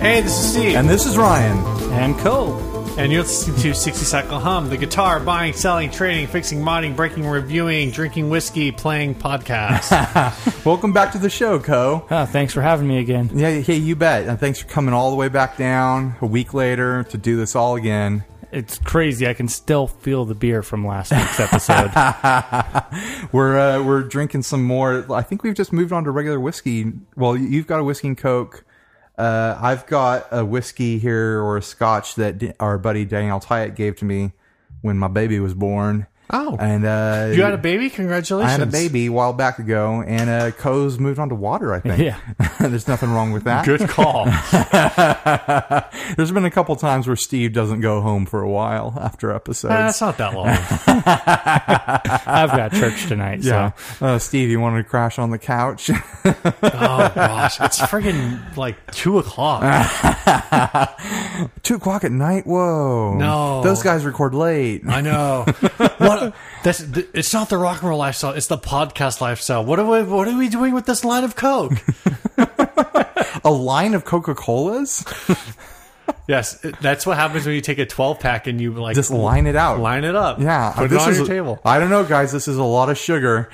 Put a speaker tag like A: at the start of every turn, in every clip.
A: Hey, this is Steve.
B: And this is Ryan.
C: and Co.
A: And you're listening to 60 Cycle Hum, the guitar buying, selling, trading, fixing, modding, breaking, reviewing, drinking whiskey, playing podcast.
B: Welcome back to the show, Co.
C: Ah, thanks for having me again.
B: Yeah, yeah, you bet. And thanks for coming all the way back down a week later to do this all again.
C: It's crazy. I can still feel the beer from last week's episode.
B: We're uh, we're drinking some more. I think we've just moved on to regular whiskey. Well, you- you've got a whiskey and coke. Uh, I've got a whiskey here or a scotch that D- our buddy Daniel Tyatt gave to me when my baby was born.
A: Oh.
B: and uh,
A: you had a baby? Congratulations.
B: I had a baby a while back ago, and uh, Co's moved on to water. I think.
C: Yeah.
B: there's nothing wrong with that.
A: Good call.
B: There's been a couple times where Steve doesn't go home for a while after episodes.
A: That's not that long.
C: I've got church tonight,
B: yeah,
C: so
B: uh, Steve, you wanted to crash on the couch?
A: Oh, gosh. It's friggin' like 2 o'clock.
B: Two o'clock at night. Whoa!
A: No.
B: those guys record late.
A: I know. What? That's, th- it's not the rock and roll lifestyle. It's the podcast lifestyle. What are we, what are we doing with this line of Coke?
B: A line of Coca Colas.
A: yes, that's what happens when you take a 12 pack and you like
B: Just line it out.
A: line it up.
B: Yeah,
A: Put it
B: this
A: on
B: is
A: your
B: a-
A: table.
B: I don't know, guys. This is a lot of sugar.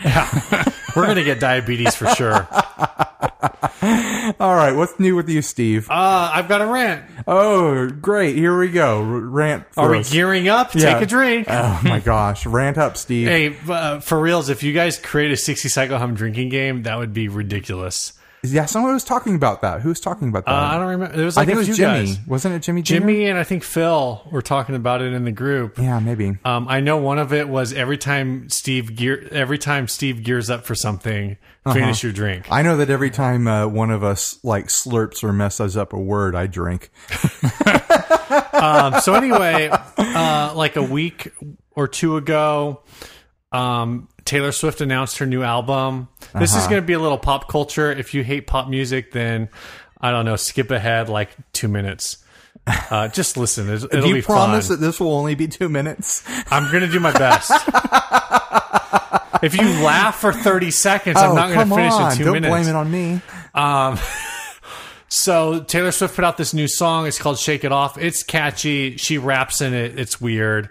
A: We're going to get diabetes for sure. Uh,
B: All right, what's new with you, Steve?
A: Uh, I've got a rant.
B: oh, great! Here we go. R- rant.
A: Are we
B: first.
A: gearing up?
B: Yeah.
A: Take a drink.
B: Oh my gosh! Rant up, Steve.
A: hey, uh, for reals, if you guys create a 60 cycle hum drinking game, that would be ridiculous.
B: Yeah, someone was talking about that. Who was talking about that?
A: Uh, I don't remember. It was
B: I
A: like
B: think it was
A: you
B: Jimmy.
A: guys.
B: Wasn't it Jimmy? Jr.?
A: Jimmy and I think Phil were talking about it in the group.
B: Yeah, maybe.
A: Um, I know one of it was every time Steve gear every time Steve gears up for something,
B: Uh-huh.
A: finish your drink.
B: I know that every time uh, one of us like slurps or messes up a word, I drink.
A: Um, so anyway, uh, like a week or two ago, um, Taylor Swift announced her new album. This
B: Uh-huh.
A: is going to be a little pop culture. If you hate pop music, then I don't know, skip ahead like two minutes. Uh, just listen. It'll, it'll
B: Do you
A: be
B: promise
A: fun.
B: that this will only be two minutes?
A: I'm going to do my best. if you laugh for 30 seconds, I'm not
B: Oh,
A: going
B: come
A: to finish
B: on!
A: in 2
B: don't
A: minutes.
B: blame it on me.
A: So Taylor Swift put out this new song. It's called "Shake It Off." It's catchy. She raps in it. It's weird.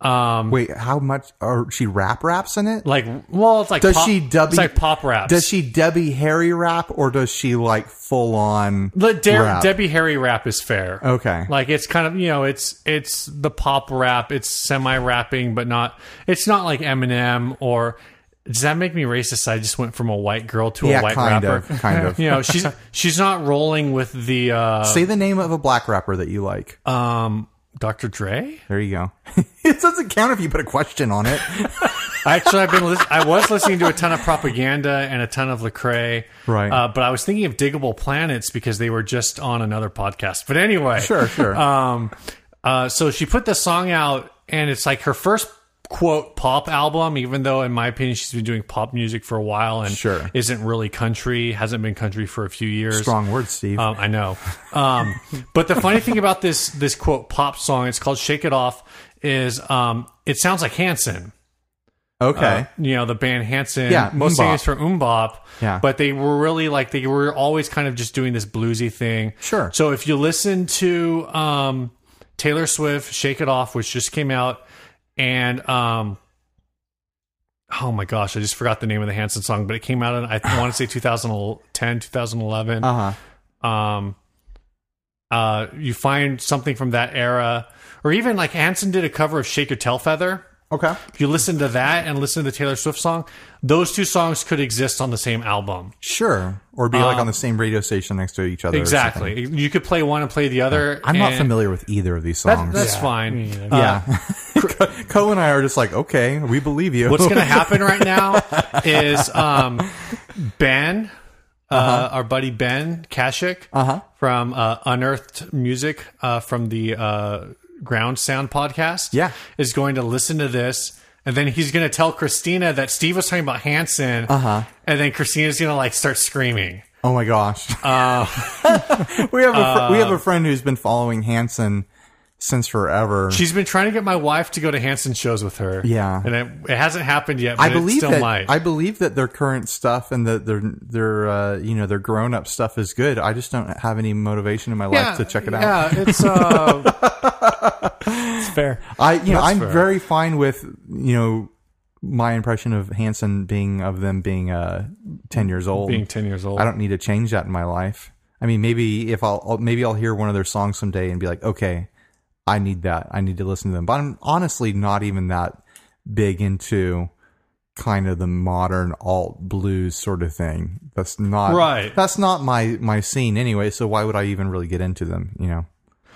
A: Um,
B: Wait, how much? Or she rap raps in it?
A: like well it's like
B: Does
A: pop,
B: she dubby-
A: it's like pop raps
B: Does she Debbie Harry rap or does she like full on?
A: the De-
B: rap?
A: debbie harry rap is fair
B: Okay.
A: like it's kind of you know it's it's the pop rap it's semi rapping but not it's not like eminem or does that make me racist i just went from a white girl to
B: yeah,
A: a white
B: kind
A: rapper
B: of, kind of.
A: you know she's she's not rolling with the uh
B: Say the name of a black rapper that you like.
A: um dr dre
B: there you go. it doesn't count if you put a question on it,
A: Actually, I've been. Lis- I was listening to a ton of propaganda and a ton of Lecrae,
B: Right.
A: Uh, but I was thinking of Diggable Planets because they were just on another podcast. But anyway,
B: Sure, sure.
A: Um, uh, so she put this song out, and it's like her first quote pop album. Even though, in my opinion, she's been doing pop music for a while and
B: Sure.
A: isn't really country, hasn't been country for a few years.
B: Strong words, Steve.
A: Um, I know. Um, but the funny thing about this this quote pop song, it's called "Shake It Off," is um, it sounds like Hanson
B: okay.
A: Uh, you know the band Hanson.
B: Yeah,
A: most
B: Umbop.
A: things from Umbop.
B: Yeah.
A: but they were really like they were always kind of just doing this bluesy thing.
B: Sure.
A: So if you listen to um, Taylor Swift "Shake It Off," which just came out, and um, oh my gosh, I just forgot the name of the Hanson song, but it came out in I want to say 2010, 2011.
B: uh huh.
A: Um, uh, you find something from that era, or even like Hanson did a cover of "Shake Your Tail Feather."
B: Okay.
A: If you listen to that and listen to the Taylor Swift song, those two songs could exist on the same album.
B: Sure. Or be like on the same radio station next to each other. or something.
A: Uh, Exactly. You could play one and play the other.
B: I'm not
A: and
B: familiar with either of these
A: that-
B: songs.
A: that's fine. Uh,
B: yeah. Co and I are just like, okay, we believe you.
A: what's going to happen right now is um, Ben, uh,
B: Uh-huh.
A: our buddy Ben Kashik from uh, Unearthed Music uh, from the uh, Ground Sound podcast,
B: Yeah.
A: is going to listen to this. And then he's going to tell Christina that Steve was talking about Hanson. Uh-huh. And then Christina's going to like start screaming.
B: oh
A: Uh,
B: my gosh. we have a fr- we have a friend who's been following Hanson since forever.
A: She's been trying to get my wife to go to Hanson shows with her.
B: Yeah.
A: and it, it hasn't happened yet. But
B: I believe
A: it still
B: that
A: might.
B: I believe that their current stuff and that their their uh, you know their grown up stuff is good. I just don't have any motivation in my life to check it out.
A: Yeah, it's uh,
C: It's fair.
B: I you know
A: That's
B: I'm
A: fair.
B: very fine with you know my impression of Hanson being of them being uh ten years old.
A: being ten years old.
B: I don't need to change that in my life. I mean, maybe if I'll I'll- maybe I'll hear one of their songs someday and be like, okay, I need that. I need to listen to them. But I'm honestly not even that big into kind of the modern alt blues sort of thing. That's not
A: Right.
B: That's not my my scene anyway. So why would I even really get into them? You know.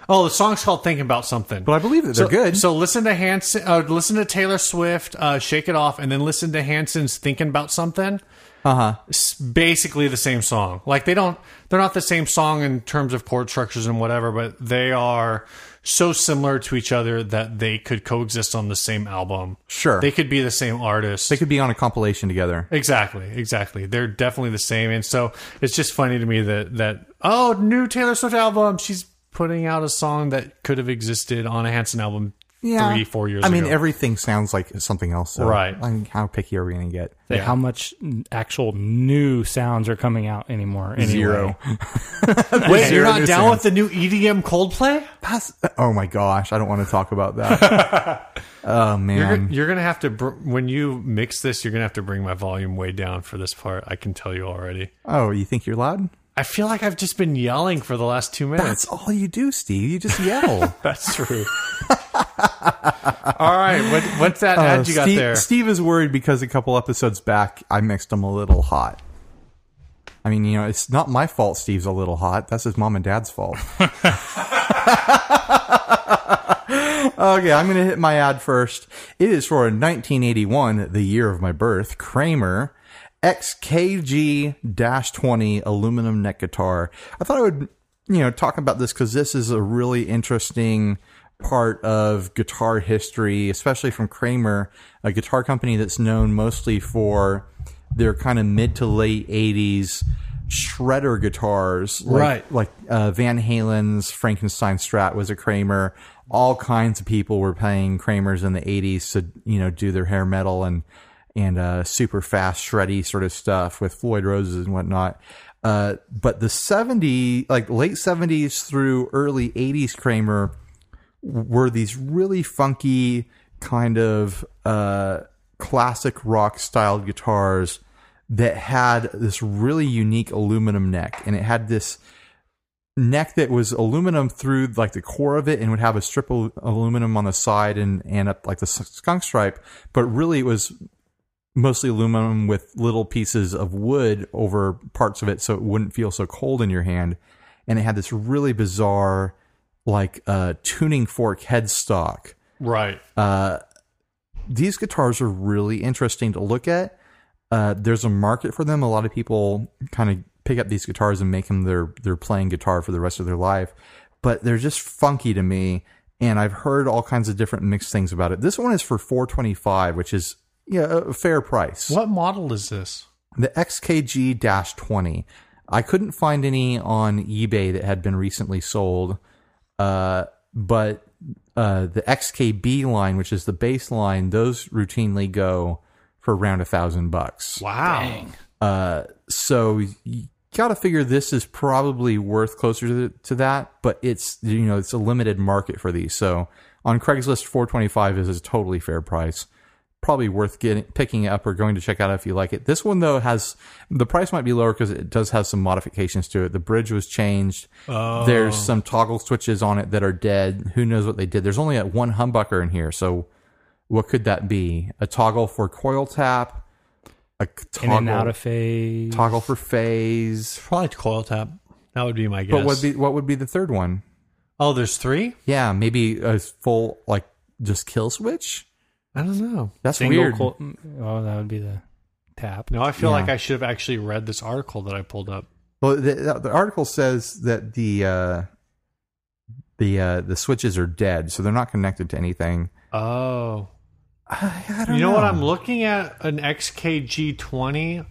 A: Oh, the song's called "Thinking About Something."
B: But I believe that they're
A: so,
B: good.
A: So listen to Hanson. Uh, listen to Taylor Swift. Uh, Shake it off, and then listen to Hanson's "Thinking About Something."
B: uh huh.
A: It's basically the same song. Like they don't, they're not the same song in terms of chord structures and whatever, but they are so similar to each other that they could coexist on the same album.
B: Sure.
A: They could be the same artist.
B: They could be on a compilation together.
A: Exactly, exactly. They're definitely the same, and so it's just funny to me that that oh, new Taylor Swift album. She's putting out a song that could have existed on a Hanson album three, four years.
B: I mean,
A: ago.
B: everything sounds like something else. So
A: Right.
B: I mean, how picky are we going to get?
A: Yeah.
C: How much actual new sounds are coming out anymore? Anyway.
B: Zero.
A: wait, you're
B: Zero
A: not
B: new
A: down
B: sounds.
A: with the new EDM Coldplay?
B: That's, oh my gosh, I don't want to talk about that. oh
A: You're,
B: man.
A: you're gonna have to br- when you mix this, you're gonna have to bring my volume way down for this part. I can tell you already.
B: Oh, you think you're loud?
A: I feel like I've just been yelling for the last two minutes.
B: That's all you do, Steve. You just yell.
A: That's true. All right, what, what's that
B: Uh,
A: ad you got
B: Steve,
A: there?
B: Steve is worried because a couple episodes back, I mixed him a little hot. I mean, you know, it's not my fault Steve's a little hot. That's his mom and dad's fault. okay, I'm going to hit my ad first. It is for 1981, the year of my birth, Kramer XKG 20 aluminum neck guitar. I thought I would, you know, talk about this because this is a really interesting part of guitar history, especially from Kramer, a guitar company that's known mostly for their kind of mid to late 80s shredder guitars like,
A: Right.
B: like uh, Van Halen's Frankenstein Strat was a Kramer. All kinds of people were playing Kramers in the '80s to you know do their hair metal and and uh, super fast shreddy sort of stuff with Floyd Roses and whatnot. Uh, but the '70s, like late '70s through early '80s, Kramer were these really funky kind of uh, classic rock style guitars that had this really unique aluminum neck and it had this neck that was aluminum through like the core of it and would have a strip of aluminum on the side and, and up like the s- skunk stripe but really it was mostly aluminum with little pieces of wood over parts of it so it wouldn't feel so cold in your hand and it had this really bizarre like uh, tuning fork headstock
A: right.
B: Uh, these guitars are really interesting to look at. Uh, there's a market for them. A lot of people kind of pick up these guitars and make them their their playing guitar for the rest of their life. But they're just funky to me, and I've heard all kinds of different mixed things about it. This one is for 425, which is yeah a a fair price.
A: What model is this?
B: The XKG 20. I couldn't find any on eBay that had been recently sold, uh, but uh, the XKB line, which is the bass line, those routinely go for around a thousand bucks.
A: Wow.
B: So you got to figure this is probably worth closer to, to that, but it's you know it's a limited market for these. So on Craigslist, 425 is a totally fair price probably worth getting picking up or going to check out if you like it. This one though has the price might be lower because it does have some modifications to it. The bridge was changed.
C: Oh.
B: There's some toggle switches on it that are dead. Who knows what they did? There's only uh, one humbucker in here, so what could that be? A toggle for coil tap, a c-
C: In
B: toggle
C: and out of phase.
B: toggle for phase.
A: Probably coil tap. That would be my guess.
B: But what would be what would be the third one?
A: oh, there's three.
B: Yeah, maybe a full like just kill switch.
A: I don't know.
B: That's
C: Single
B: weird.
C: col- mm, oh, that would be the tap.
A: No, I feel like I should have actually read this article that I pulled up.
B: Well, the- the, the article says that the uh, the uh, the switches are dead, so they're not connected to anything.
A: Oh,
B: I, I don't
A: you know, what? I'm looking at an XKG20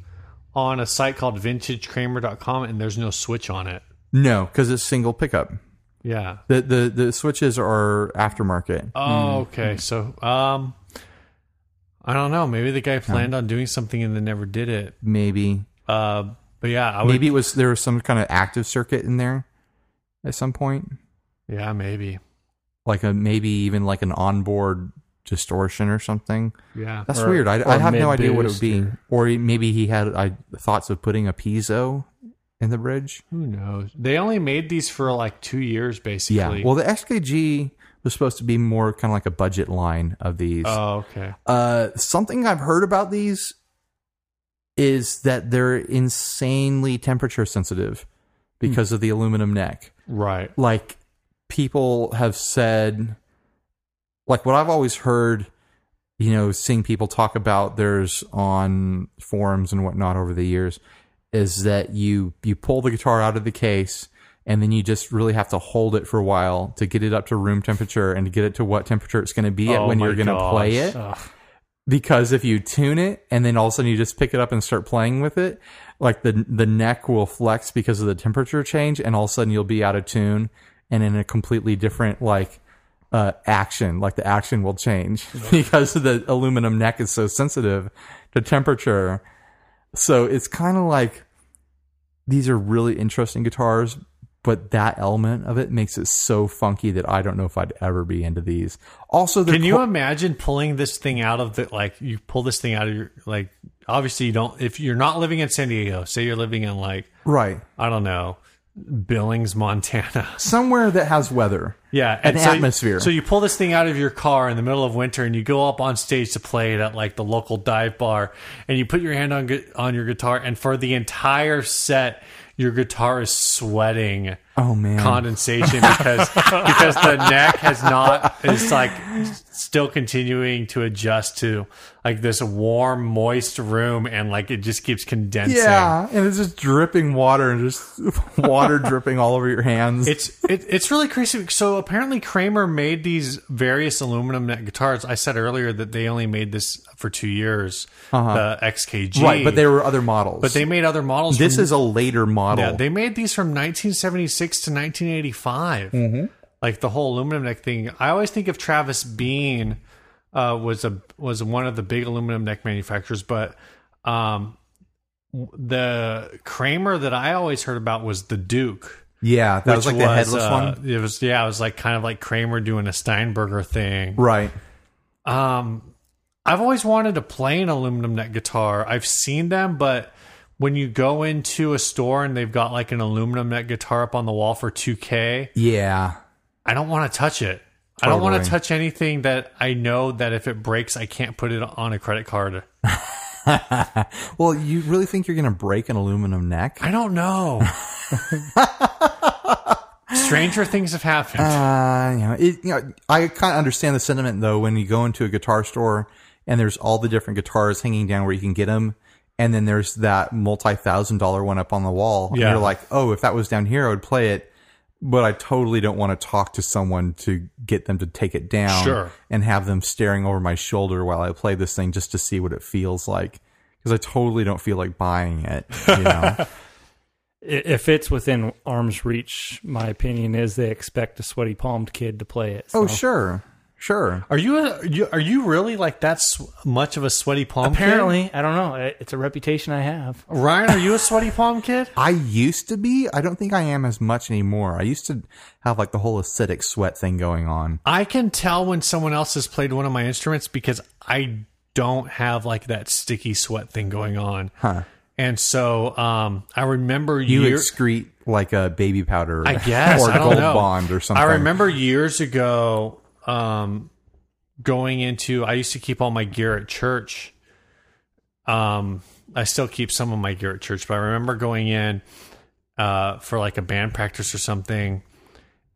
A: on a site called VintageKramer.com, and there's no switch on it.
B: no, because it's single pickup.
A: Yeah.
B: The the the switches are aftermarket.
A: Oh, okay. So, um, I don't know. Maybe the guy planned on doing something and then never did it.
B: Maybe
A: Uh, but yeah, I would.
B: maybe it was there was some kind of active circuit in there at some point,
A: Yeah, maybe.
B: like a maybe even like an onboard distortion or something.
A: Yeah.
B: That's
C: Or-
B: weird. I,
C: or
B: I have no idea what it would be.
C: mid-boost
B: Or he- maybe he had I, thoughts of putting a piezo in the bridge.
A: Who knows? They only made these for like two years, basically.
B: Yeah. Well, the XKG was supposed to be more kind of like a budget line of these.
A: Oh, okay.
B: Uh, something I've heard about these is that they're insanely temperature sensitive because
C: Hmm.
B: of the aluminum neck.
A: Right.
B: Like people have said, like what I've always heard, you know, seeing people talk about theirs on forums and whatnot over the years is that you you pull the guitar out of the case and then you just really have to hold it for a while to get it up to room temperature and to get it to what temperature it's going to be at
A: Oh
B: when
A: my
B: you're going to
A: gosh.
B: play it
A: Ugh.
B: because if you tune it and then all of a sudden you just pick it up and start playing with it, like the the neck will flex because of the temperature change, and all of a sudden you'll be out of tune and in a completely different like uh, action. Like the action will change because the aluminum neck is so sensitive to temperature. So it's kind of like these are really interesting guitars, but that element of it makes it so funky that I don't know if I'd ever be into these. Also, they're
A: Can you
B: cool-
A: imagine pulling this thing out of the like you pull this thing out of your like obviously you don't if you're not living in San Diego, say you're living in like
B: right?
A: I don't know, Billings, Montana.
B: somewhere that has weather.
A: Yeah,
B: An atmosphere.
A: So you pull this thing out of your car in the middle of winter, and you go up on stage to play it at like the local dive bar, and you put your hand on gu- on your guitar, and for the entire set, your guitar is sweating
B: Oh man.
A: condensation because because the neck has not is like still continuing to adjust to like this warm, moist room, and like it just keeps condensing.
B: yeah, and it's just dripping water and just water dripping all over your hands.
A: It's it, it's really crazy. So apparently Kramer made these various aluminum neck guitars. I said earlier that they only made this for two years, the XKG.
B: right, but there were other models.
A: but they made other models.
B: this
A: from,
B: is a later model.
A: yeah, they made these from 1976 to 1985.
B: Mm-hmm.
A: Like the whole aluminum neck thing. I always think of Travis Bean uh, was a was one of the big aluminum neck manufacturers, but um, w- the Kramer that I always heard about was the Duke.
B: yeah, that was
A: Which
B: like the headless
A: uh,
B: one.
A: It was yeah, it was like kind of like Kramer doing a Steinberger thing.
B: Right.
A: Um, I've always wanted to play an aluminum neck guitar. I've seen them, but when you go into a store and they've got like an aluminum neck guitar up on the wall for 2K,
B: Yeah.
A: I don't want to touch it. I don't want to
B: Totally.
A: touch anything that I know that if it breaks, I can't put it on a credit card.
B: Well, you really think you're going to break an aluminum neck?
A: I don't know. Stranger things have happened.
B: Uh, you know, it, you know, I kind of understand the sentiment though when you go into a guitar store and there's all the different guitars hanging down where you can get them, and then there's that multi-thousand dollar one up on the wall. and
A: Yeah.
B: you're like, oh, if that was down here, I would play it, but I totally don't want to talk to someone to get them to take it down,
A: Sure.
B: and have them staring over my shoulder while I play this thing just to see what it feels like. Because I totally don't feel like buying it. You know?
C: I- If it's within arm's reach, my opinion is they expect a sweaty palmed kid to play it.
B: oh,
C: so-
B: sure, sure.
A: Are you, a, you are you really like that sw- much of a sweaty palm? kid?
C: Apparently, I don't know. I- It's a reputation I have.
A: Ryan, are you a sweaty palm kid?
B: I used to be. I don't think I am as much anymore. I used to have like the whole acidic sweat thing going on.
A: I can tell when someone else has played one of my instruments because I don't have like that sticky sweat thing going on. Huh. And so um, I remember
B: You
A: year-
B: excrete like a baby powder,
A: I guess
B: or
A: I don't
B: gold
A: know.
B: bond, or something.
A: I remember years ago um, going into. I used to keep all my gear at church. Um, I still keep some of my gear at church, but I remember going in uh, for like a band practice or something,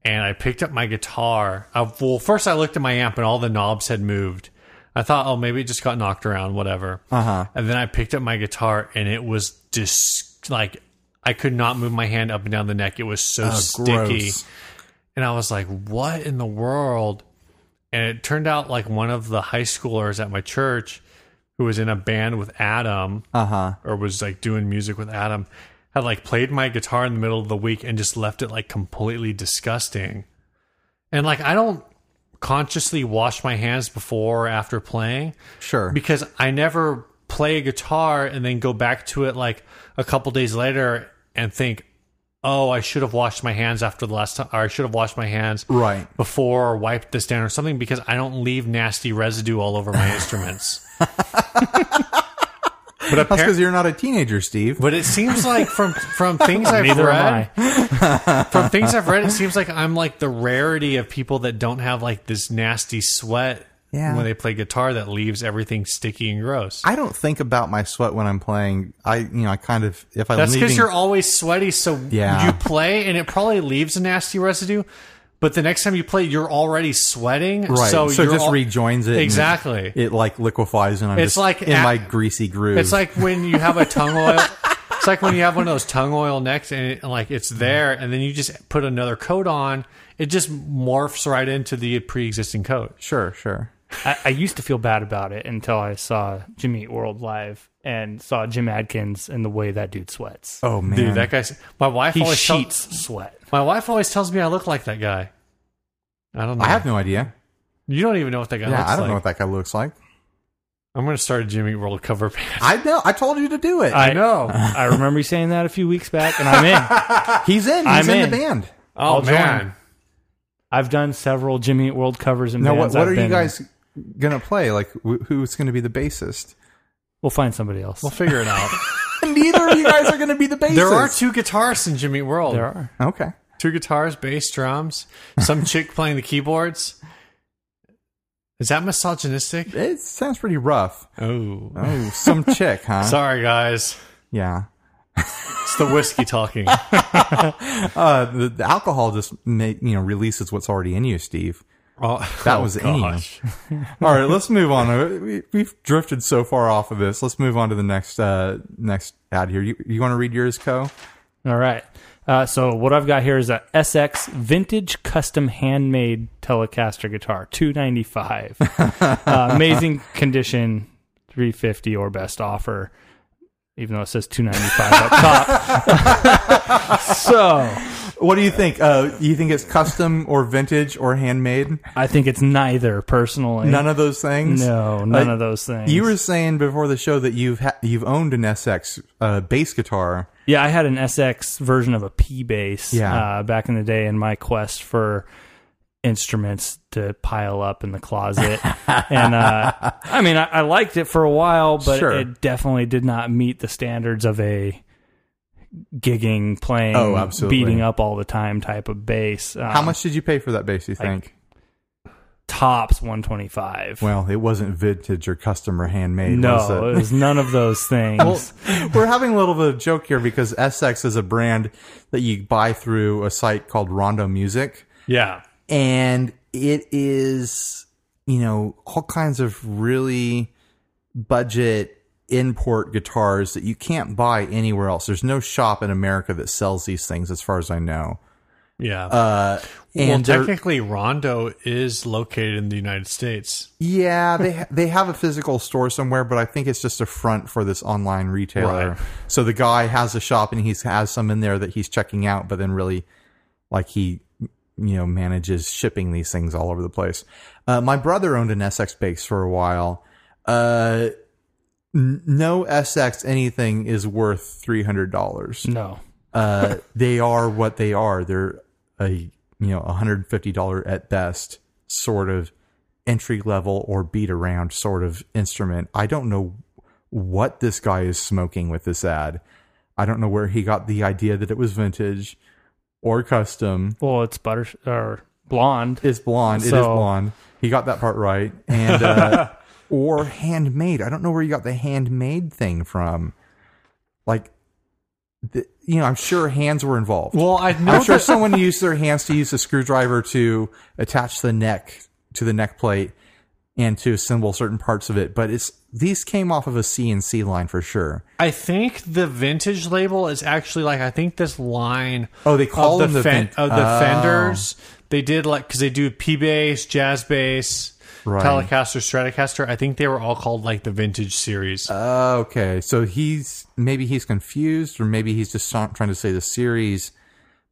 A: and I picked up my guitar. I, well, first I looked at my amp, and all the knobs had moved. I thought, oh, maybe it just got knocked around, whatever. Uh-huh. And then I picked up my guitar, and it was just like I could not move my hand up and down the neck. It was so sticky.
B: Gross.
A: And I was like, what in the world? And it turned out like one of the high schoolers at my church who was in a band with Adam
B: Uh huh.
A: or was like doing music with Adam had like played my guitar in the middle of the week and just left it like completely disgusting. And like I don't consciously wash my hands before or after playing
B: Sure.
A: because I never play a guitar and then go back to it like a couple days later and think, "Oh, I should have washed my hands after the last time or I should have washed my hands
B: right.
A: before or wiped this down or something because I don't leave nasty residue all over my instruments." but
B: That's
A: apparently
B: because you're not a teenager, Steve.
A: but it seems like from from things I've
C: Neither am
A: read, from things I've read, it seems like I'm like the rarity of people that don't have like this nasty sweat
B: Yeah.
A: when they play guitar that leaves everything sticky and gross.
B: I don't think about my sweat when I'm playing. I, you know, I kind of if I'm
A: That's because
B: leaving-
A: you're always sweaty, so
B: Yeah.
A: you play and it probably leaves a nasty residue. But the next time you play, you're already sweating,
B: right.
A: so,
B: So, it
A: you're
B: just
A: al-
B: rejoins it. and
A: Exactly.
B: It like liquefies, and I'm
A: It's
B: just
A: like
B: in
A: a-
B: my greasy groove.
A: It's like when you have a tongue oil. it's like when you have one of those tongue oil necks, and it, like it's there, and then you just put another coat on. It just morphs right into the pre-existing coat.
B: sure, sure.
C: I, I used to feel bad about it until I saw Jimmy Eat World live and saw Jim Adkins and the way that dude sweats.
B: Oh man,
A: Dude, that guy's my wife
C: he
A: always tell-
C: sheets sweat.
A: my wife always tells me I look like that guy. I don't know.
B: I have no idea.
A: you don't even know what that guy
B: yeah,
A: looks
B: I don't
A: like.
B: know what that guy looks like.
A: I'm gonna start a Jimmy World cover band.
B: I know. I told you to do it.
C: I know. I remember you saying that a few weeks back, and I'm in.
B: He's in. He's
C: I'm
B: in, the
C: in.
B: band.
A: Oh
C: I'll join.
A: man,
C: I've done several Jimmy Eat World covers and
B: Now, what,
C: bands.
B: what
C: I've
B: are
C: been
B: you
C: in.
B: guys gonna play? Like, wh- who's gonna be the bassist?
C: We'll find somebody else.
A: we'll figure it out.
B: Neither of you guys are gonna be the bassist.
A: there are two guitarists in Jimmy World.
C: there are.
B: Okay.
A: two guitars, bass, drums, some chick playing the keyboards. Is that misogynistic?
B: It sounds pretty rough.
A: Oh,
B: Oh, some chick, huh?
A: sorry guys,
B: yeah.
A: it's the whiskey talking.
B: Uh, the, the alcohol just ma- you know releases what's already in you, Steve.
A: Oh,
B: That was in you. All right, let's move on. Uh, We, we've drifted so far off of this. Let's move on to the next uh, next ad here. You, you want to read yours, Co?
C: All right. Uh, so what I've got here is a SX vintage custom handmade Telecaster guitar, two ninety five, uh, amazing condition, three fifty or best offer. Even though it says two ninety five up top. so
B: What do you think? Uh, you think it's custom or vintage or handmade?
C: I think it's neither personally.
B: None of those things.
C: no, none
B: Uh,
C: of those things.
B: You were saying before the show that you've ha- you've owned an SX uh, bass guitar.
C: Yeah, I had an SX version of a P bass
B: Yeah.
C: uh, back in the day in my quest for instruments to pile up in the closet. and uh, I mean, I, I liked it for a while, but
B: Sure.
C: it definitely did not meet the standards of a gigging, playing,
B: Oh, absolutely.
C: beating up all the time type of bass. Um,
B: How much did you pay for that bass? You think?
C: Tops 125.
B: well, it wasn't vintage or custom or handmade. was
C: no,
B: it?
C: it was none of those things.
B: We're having a little bit of a joke here because SX is a brand that you buy through a site called Rondo Music,
A: Yeah,
B: and it is you know all kinds of really budget import guitars that you can't buy anywhere else. There's no shop in America that sells these things, as far as I know.
A: yeah.
B: Uh,
A: well,
B: and they're-
A: technically, Rondo is located in the United States.
B: Yeah, they ha- they have a physical store somewhere, but I think it's just a front for this online retailer.
A: Right.
B: So the guy has a shop and he has some in there that he's checking out, but then really, like he, you know, manages shipping these things all over the place. Uh, my brother owned an SX base for a while. Uh, n- no SX anything is worth three hundred dollars.
C: no.
B: Uh, they are what they are. They're a you know hundred fifty dollar at best sort of entry level or beat around sort of instrument. I don't know what this guy is smoking with this ad. I don't know where he got the idea that it was vintage or custom.
C: Well, it's butter or blonde.
B: It's blonde. it is
C: So-
B: blonde. He got that part right. And uh, or handmade. I don't know where you got the handmade thing from. Like, the, you know, I'm sure hands were involved.
A: Well, I know
B: I'm sure someone used their hands to use a screwdriver to attach the neck to the neck plate and to assemble certain parts of it. But it's these came off of a CNC line for sure.
A: I think the vintage label is actually like I think this line.
B: Oh, they call them
A: of
B: the
A: the, fen-
B: vin-
A: of the
B: Oh.
A: Fenders. They did like because they do P bass, jazz bass.
B: Right.
A: Telecaster, Stratocaster. I think they were all called like the vintage series.
B: Uh, okay, so he's maybe he's confused, or maybe he's just not trying to say the series,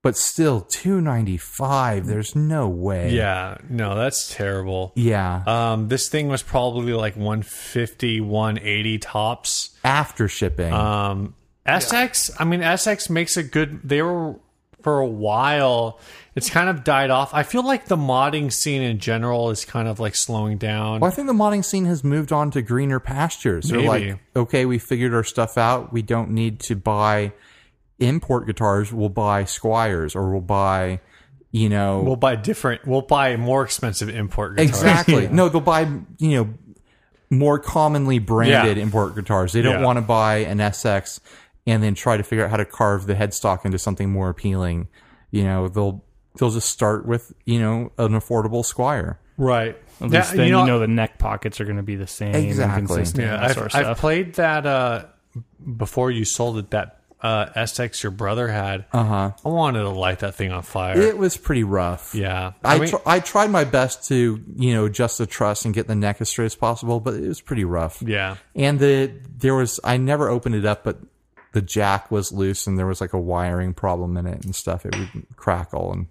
B: but still two ninety five. There's no way.
A: yeah, no, that's terrible.
B: yeah.
A: Um, this thing was probably like 150, 180 tops.
B: After shipping,
A: Um, SX, I mean, SX makes a good. They were for a while. It's kind of died off. I feel like the modding scene in general is kind of like slowing down.
B: well, I think the modding scene has moved on to greener pastures. They're
A: Maybe.
B: like, okay, we figured our stuff out. We don't need to buy import guitars. We'll buy Squires, or we'll buy, you know,
A: We'll buy different. We'll buy more expensive import guitars.
B: Exactly. No, they'll buy you know more commonly branded
A: Yeah.
B: import guitars. They don't
A: Yeah.
B: want to buy an SX and then try to figure out how to carve the headstock into something more appealing. You know, they'll they'll just start with you know an affordable Squire.
A: Right.
C: At
A: Yeah,
C: least then you know, the neck pockets are going to be the same.
B: Exactly.
C: And consistent,
A: Yeah,
C: that
A: I've,
C: sort of
A: I've
C: stuff.
A: played that uh, before you sold it. That uh, SX your brother had. Uh
C: Uh-huh.
A: huh. I wanted to light that thing on fire.
B: It was pretty rough.
A: yeah.
B: I
A: mean,
B: tr- I tried my best to you know adjust the truss and get the neck as straight as possible, but it was pretty rough.
A: yeah.
B: And the there was I never opened it up, but the jack was loose and there was like a wiring problem in it and stuff. It would crackle and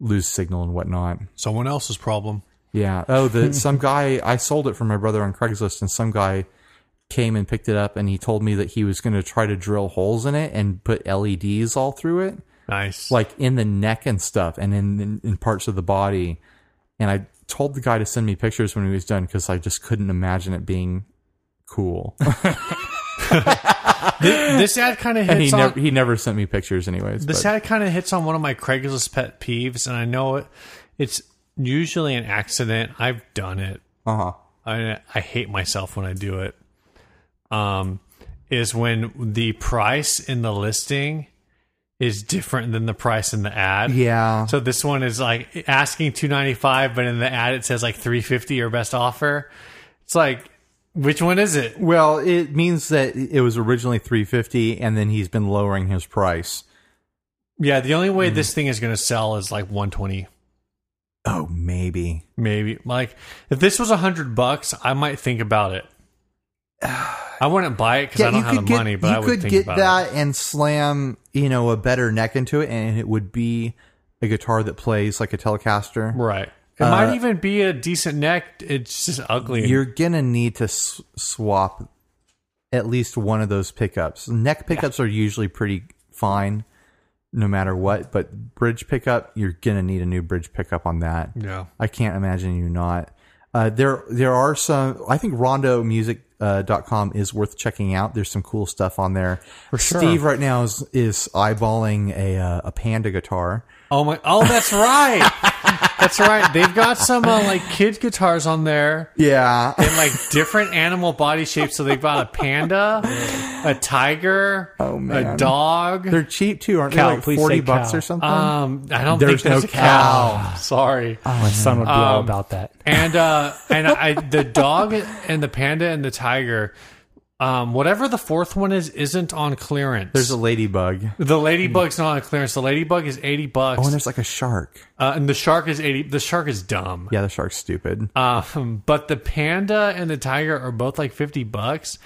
B: lose signal and whatnot.
A: Someone else's problem.
B: Yeah. Oh, the some guy I sold it for my brother on Craigslist, and some guy came and picked it up and he told me that he was going to try to drill holes in it and put LEDs all through it,
A: Nice.
B: like in the neck and stuff, and in in, in parts of the body. And I told the guy to send me pictures when he was done because I just couldn't imagine it being cool.
A: this ad kind of hits
B: And he
A: on.
B: never he never sent me pictures anyways.
A: This
B: but-
A: ad kind of hits on one of my Craigslist pet peeves, and I know it, it's usually an accident. I've done it.
B: uh-huh.
A: I, I hate myself when I do it. Um, is when the price in the listing is different than the price in the ad.
B: Yeah.
A: So this one is like asking two ninety five, but in the ad it says like three fifty or best offer. It's like, which one is it?
B: Well, it means that it was originally 350 and then he's been lowering his price.
A: Yeah, the only
B: Hmm.
A: way this thing is going to sell is like one twenty.
B: Oh, maybe.
A: Maybe like if this was a hundred bucks, I might think about it. I wouldn't buy it because I don't have the money, but
B: you
A: I would
B: could
A: think
B: get
A: about it.
B: that and slam, you know, a better neck into it and it would be a guitar that plays like a Telecaster.
A: Right. It might even be a decent neck. It's just ugly.
B: uh, You're going to need to s- swap at least one of those pickups. Neck pickups are usually pretty fine no matter what, but bridge pickup, you're going to need a new bridge pickup on that.
A: yeah.
B: I can't imagine you not. Uh, there, there are some. I think rondomusic.com is worth checking out. There's some cool stuff on there. For
A: sure.
B: Steve right now is is eyeballing a uh, a panda guitar.
A: Oh my. Oh, that's right. that's right. They've got some uh, like kid guitars on there
B: Yeah,
A: and like different animal body shapes. So they've got a panda, a tiger,
B: Oh,
A: a dog.
B: they're cheap too, aren't
C: Cow,
B: they? Like
C: please
B: forty
C: say
B: bucks
C: cow.
B: or something.
A: um, I don't
B: There's
A: think there's
B: no
A: a cow. Sorry.
B: Oh,
C: My son would be all
A: Um,
C: about that.
A: and uh and i the dog and the panda and the tiger um whatever the fourth one is isn't on clearance
B: there's a ladybug.
A: the ladybug's not on clearance the ladybug is 80 bucks
B: Oh, and there's like a shark.
A: uh, and the shark is 80 the shark is dumb
B: Yeah, the shark's stupid.
A: um but the panda and the tiger are both like 50 bucks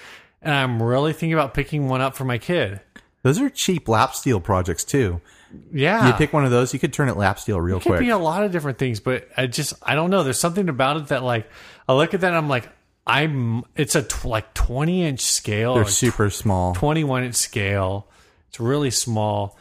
A: and i'm really thinking about picking one up for my kid
B: Those are cheap lap steel projects too.
A: yeah
B: You pick one of those, you could turn it lap steel real
A: it could
B: quick.
A: be a lot of different things but i just i don't know there's something about it that like i look at that and i'm like i'm it's a tw- like 20 inch scale
B: They're
A: or
B: super small.
A: 21 inch scale. It's really small.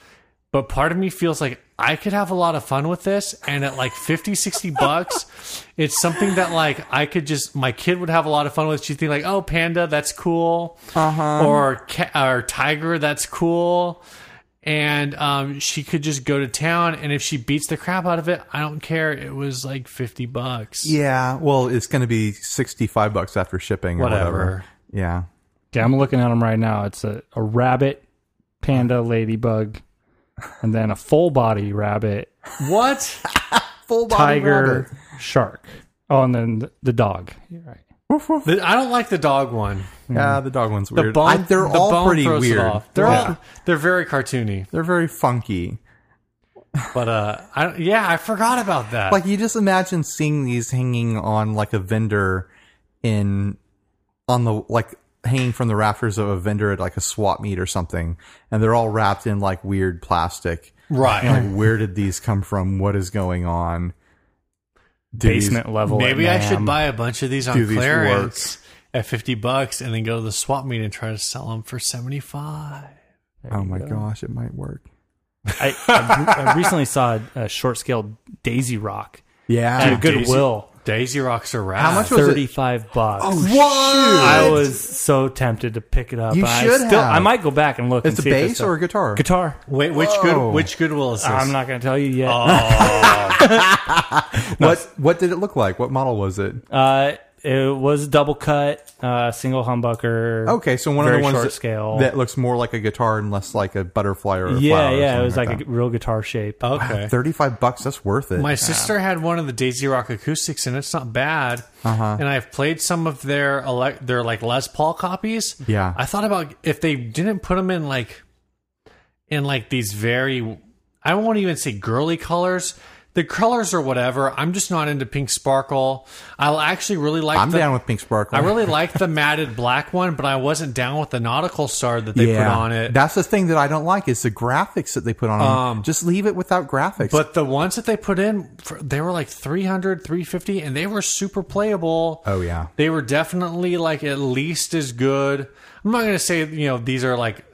A: But part of me feels like I could have a lot of fun with this. And at like 50, 60 bucks, it's something that like I could just, my kid would have a lot of fun with. She'd think like, oh, panda, that's cool. Uh-huh. Or, ca- or tiger, that's cool. And um, she could just go to town. And if she beats the crap out of it, I don't care. It was like 50 bucks.
B: Yeah, well, it's going to be sixty-five bucks after shipping. Or whatever.
A: Whatever.
B: Yeah,
C: Yeah, I'm looking at them right now. It's a, a rabbit, panda, ladybug, and then a full body rabbit,
A: What?
B: full
C: tiger, shark. Oh, and then th- the dog. You're right.
A: The- I don't like the dog one.
B: Yeah, the dog one's weird.
A: The bone,
B: I- they're
A: the
B: all
A: bone
B: pretty
A: throws it
B: weird.
A: off. They're
B: yeah.
A: all they're very cartoony.
B: they're very funky.
A: But uh, I, yeah, I forgot about that.
B: Like you just imagine seeing these hanging on like a vendor in on the like hanging from the rafters of a vendor at like a swap meet or something, and they're all wrapped in like weird plastic.
A: right.
B: Like where did these come from? What is going on? Do these-
C: basement level. at
A: Maybe I
C: NAMM.
A: should buy a bunch of these
B: Do
A: on
B: these
A: clearance at 50 bucks and then go to the swap meet and try to sell them for 75.
B: oh my gosh, it might work.
C: I, I, I recently saw a, a short scale Daisy Rock
B: Yeah.
C: at Goodwill.
A: Daisy rocks are rad.
B: How much was it?
C: Thirty five bucks. I
B: Whoa!
C: was so tempted to pick it up.
B: You
C: I
B: should
C: still,
B: have.
C: I might go back and look.
B: It's a
C: and see if
B: bass
C: still-
B: or a guitar?
C: guitar?
A: Wait, which
B: Whoa.
A: good which Goodwill is this?
C: I'm not going to tell you yet.
B: Oh. What What did it look like? What model was it?
C: Uh, it was double cut, uh, single humbucker.
B: Okay, so one of
C: very
B: the ones
C: short
B: that,
C: scale.
B: that looks more like a guitar and less like a butterfly or a
C: yeah,
B: flower or
C: yeah, it
B: something
C: was like,
B: that.
C: a real guitar shape.
A: okay.
B: Thirty-five bucks. That's worth it.
A: My sister had one of the Daisy Rock acoustics, and it's not bad. Uh-huh. And I've played some of their ele- their like Les Paul copies.
B: Yeah.
A: I thought about if they didn't put them in like in like these very I won't even say girly colors. The colors are whatever. I'm just not into pink sparkle. I actually really like.
B: I'm
A: the,
B: down with Pink Sparkle.
A: I really like the matted black one, but I wasn't down with the nautical star that they put on it. Um,
B: That's the thing that I don't like is the graphics that they put on. 'em. Just leave it without graphics.
A: But the ones that they put in, for- they were like 300, 350, and they were super playable.
B: Oh, yeah.
A: They were definitely like at least as good. I'm not going to say, you know, these are like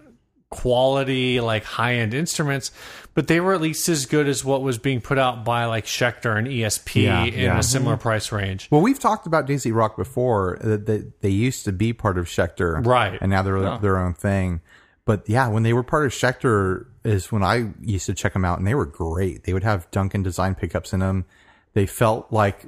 A: quality, like high end instruments, but they were at least as good as what was being put out by like Schecter and ESP
B: Yeah,
A: in
B: yeah.
A: a similar price range.
B: well, we've talked about Daisy Rock before. That that they used to be part of Schecter,
A: Right.
B: And now they're their own thing. But yeah, when they were part of Schecter is when I used to check them out, and they were great. They would have Duncan design pickups in them. They felt like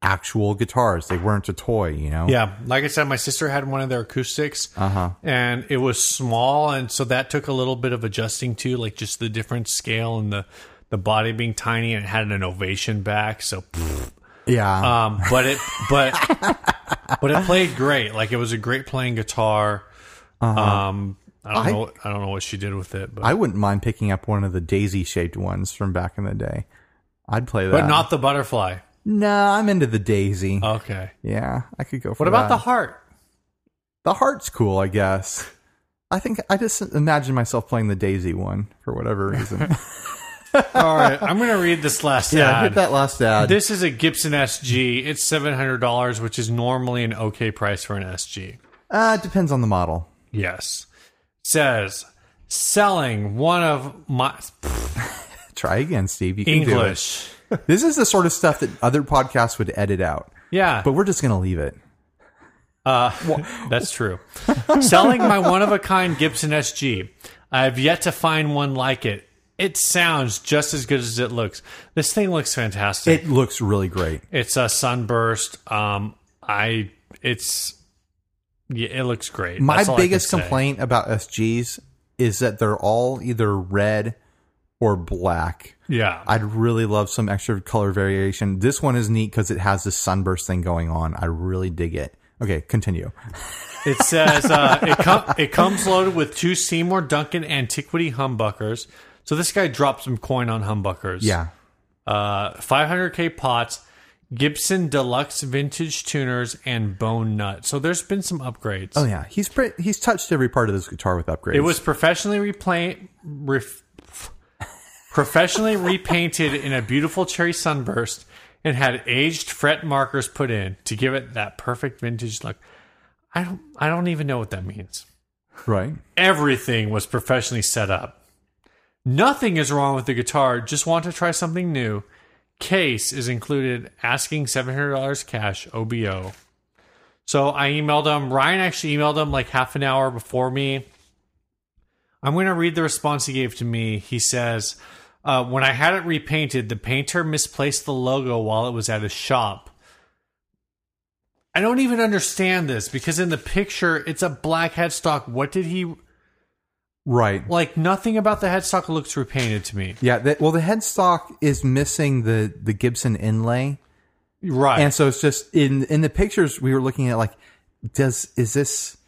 B: actual guitars. They weren't a toy, you know.
A: Yeah, like I said, my sister had one of their acoustics, and it was small, and so that took a little bit of adjusting to, like just the different scale and the the body being tiny, and it had an ovation back. So, pfft.
B: yeah.
A: um, but it but but it played great. Like it was a great playing guitar. Um, I don't know. I don't know what she did with it, but
B: I wouldn't mind picking up one of the daisy shaped ones from back in the day. I'd play that.
A: but not the butterfly.
B: No, I'm into the daisy.
A: Okay.
B: yeah, I could go for
A: What about
B: that.
A: the heart?
B: the heart's cool, I guess. I think I just imagine myself playing the daisy one for whatever reason.
A: All right, I'm gonna read this last
B: yeah,
A: ad.
B: hit that last ad.
A: This is a Gibson SG. It's seven hundred dollars, which is normally an okay price for an SG.
B: uh, it depends on the model.
A: Yes, says selling one of my
B: Try again, Steve. You can
A: English.
B: do it. This is the sort of stuff that other podcasts would edit out,
A: Yeah,
B: but we're just going to leave it.
A: that's true. selling my one of a kind Gibson SG. I have yet to find one like it. It sounds just as good as it looks. This thing looks fantastic.
B: It looks really great.
A: it's a sunburst. Um, I it's yeah, it looks great.
B: My
A: That's all I can
B: biggest
A: say.
B: complaint about SGs is that they're all either red or black.
A: Yeah,
B: I'd really love some extra color variation. This one is neat because it has this sunburst thing going on. I really dig it. Okay, continue.
A: It says uh, it, com- it comes loaded with two Seymour Duncan antiquity humbuckers. So this guy dropped some coin on humbuckers.
B: Yeah.
A: Uh, 500k pots, Gibson deluxe vintage tuners, and bone nut. So there's been some upgrades.
B: Oh yeah, he's pre- he's touched every part of this guitar with upgrades.
A: It was professionally repaint, ref, professionally repainted in a beautiful cherry sunburst, and had aged fret markers put in to give it that perfect vintage look. I don't. I don't even know what that means.
B: right.
A: Everything was professionally set up. Nothing is wrong with the guitar, just want to try something new. Case is included, asking $700 cash, OBO. So I emailed him. Ryan actually emailed him like half an hour before me. I'm going to read the response he gave to me. He says, uh, When I had it repainted, the painter misplaced the logo while it was at his shop. I don't even understand this because in the picture, it's a black headstock. What did he
B: Right.
A: like? Nothing about the headstock looks repainted to me.
B: Yeah. That, well, the headstock is missing the the Gibson inlay,
A: Right.
B: and so it's just in in the pictures we were looking at. Like, does is this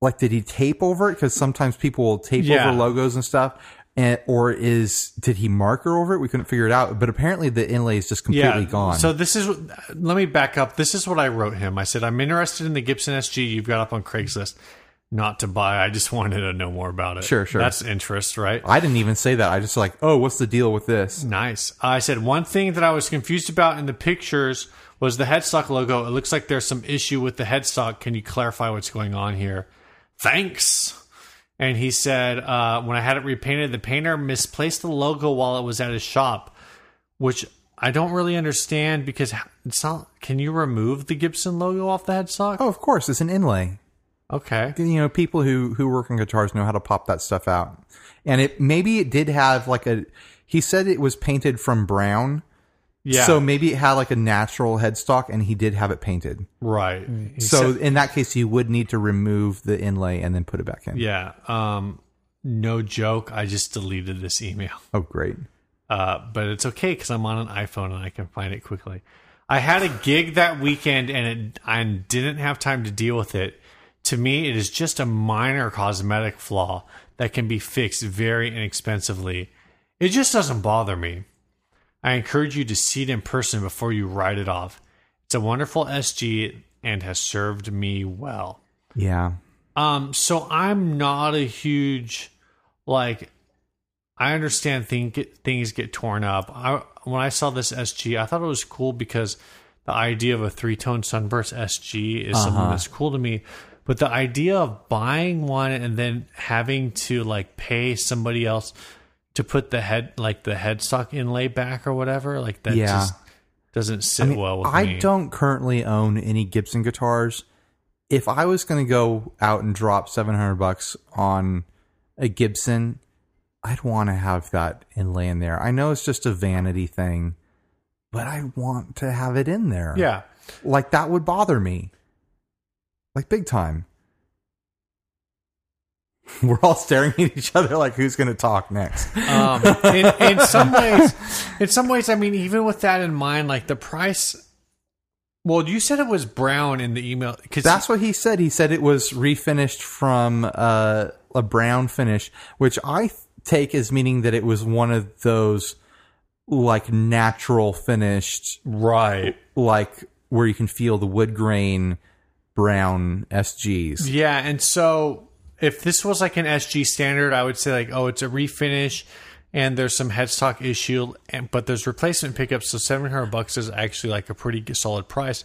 B: like did he tape over it? Because sometimes people will tape
A: Yeah.
B: over logos and stuff. and, or is did he marker over it? We couldn't figure it out, but apparently the inlay is just completely gone.
A: So this is. what- Let me back up. This is what I wrote him. I said I'm interested in the Gibson SG you've got up on Craigslist. Not to buy. I just wanted to know more about it.
B: Sure, sure.
A: That's interest, right?
B: I didn't even say that. I just like, oh, what's the deal with this?
A: Nice. I said one thing that I was confused about in the pictures was the headstock logo. It looks like there's some issue with the headstock. Can you clarify what's going on here? Thanks. And he said, uh, when I had it repainted, the painter misplaced the logo while it was at his shop, which I don't really understand because h- it's not. Can you remove the Gibson logo off the headstock?
B: Oh, of course, it's an inlay.
A: Okay.
B: You know, people who who work on guitars know how to pop that stuff out. And it maybe it did have like a. He said it was painted from brown,
A: Yeah.
B: so maybe it had like a natural headstock, and he did have it painted.
A: right. He
B: so in that case, you would need to remove the inlay and then put it back in.
A: yeah. Um, no joke. I just deleted this email.
B: Oh, great.
A: uh, but it's okay because I'm on an iPhone and I can find it quickly. I had a gig that weekend and it, I didn't have time to deal with it. To me, it is just a minor cosmetic flaw that can be fixed very inexpensively. It just doesn't bother me. I encourage you to see it in person before you write it off. It's a wonderful SG and has served me well.
B: Yeah.
A: Um, so I'm not a huge like. I understand thing, things get torn up. I when I saw this SG, I thought it was cool because the idea of a three tone sunburst SG is
B: Uh-huh.
A: something that's cool to me. But the idea of buying one and then having to like pay somebody else to put the head like the headstock inlay back or whatever, like that
B: Yeah.
A: just doesn't sit well with
B: I
A: me.
B: don't currently own any Gibson guitars. If I was going to go out and drop 700 bucks on a Gibson, I'd want to have that inlay in there. I know it's just a vanity thing, but I want to have it in there.
A: yeah.
B: Like that would bother me. Like big time. We're all staring at each other like who's going to talk next.
A: Um, in, in some ways, in some ways, I mean, even with that in mind, like the price. Well, you said it was brown in the email because
B: That's what he said. He said it was refinished from uh, a brown finish, which I th- take as meaning that it was one of those like natural finished,
A: right.
B: like where you can feel the wood grain brown SGs.
A: Yeah, and so if this was like an SG standard, I would say like, oh, it's a refinish, and there's some headstock issue, and but there's replacement pickups, so seven hundred bucks is actually like a pretty g- solid price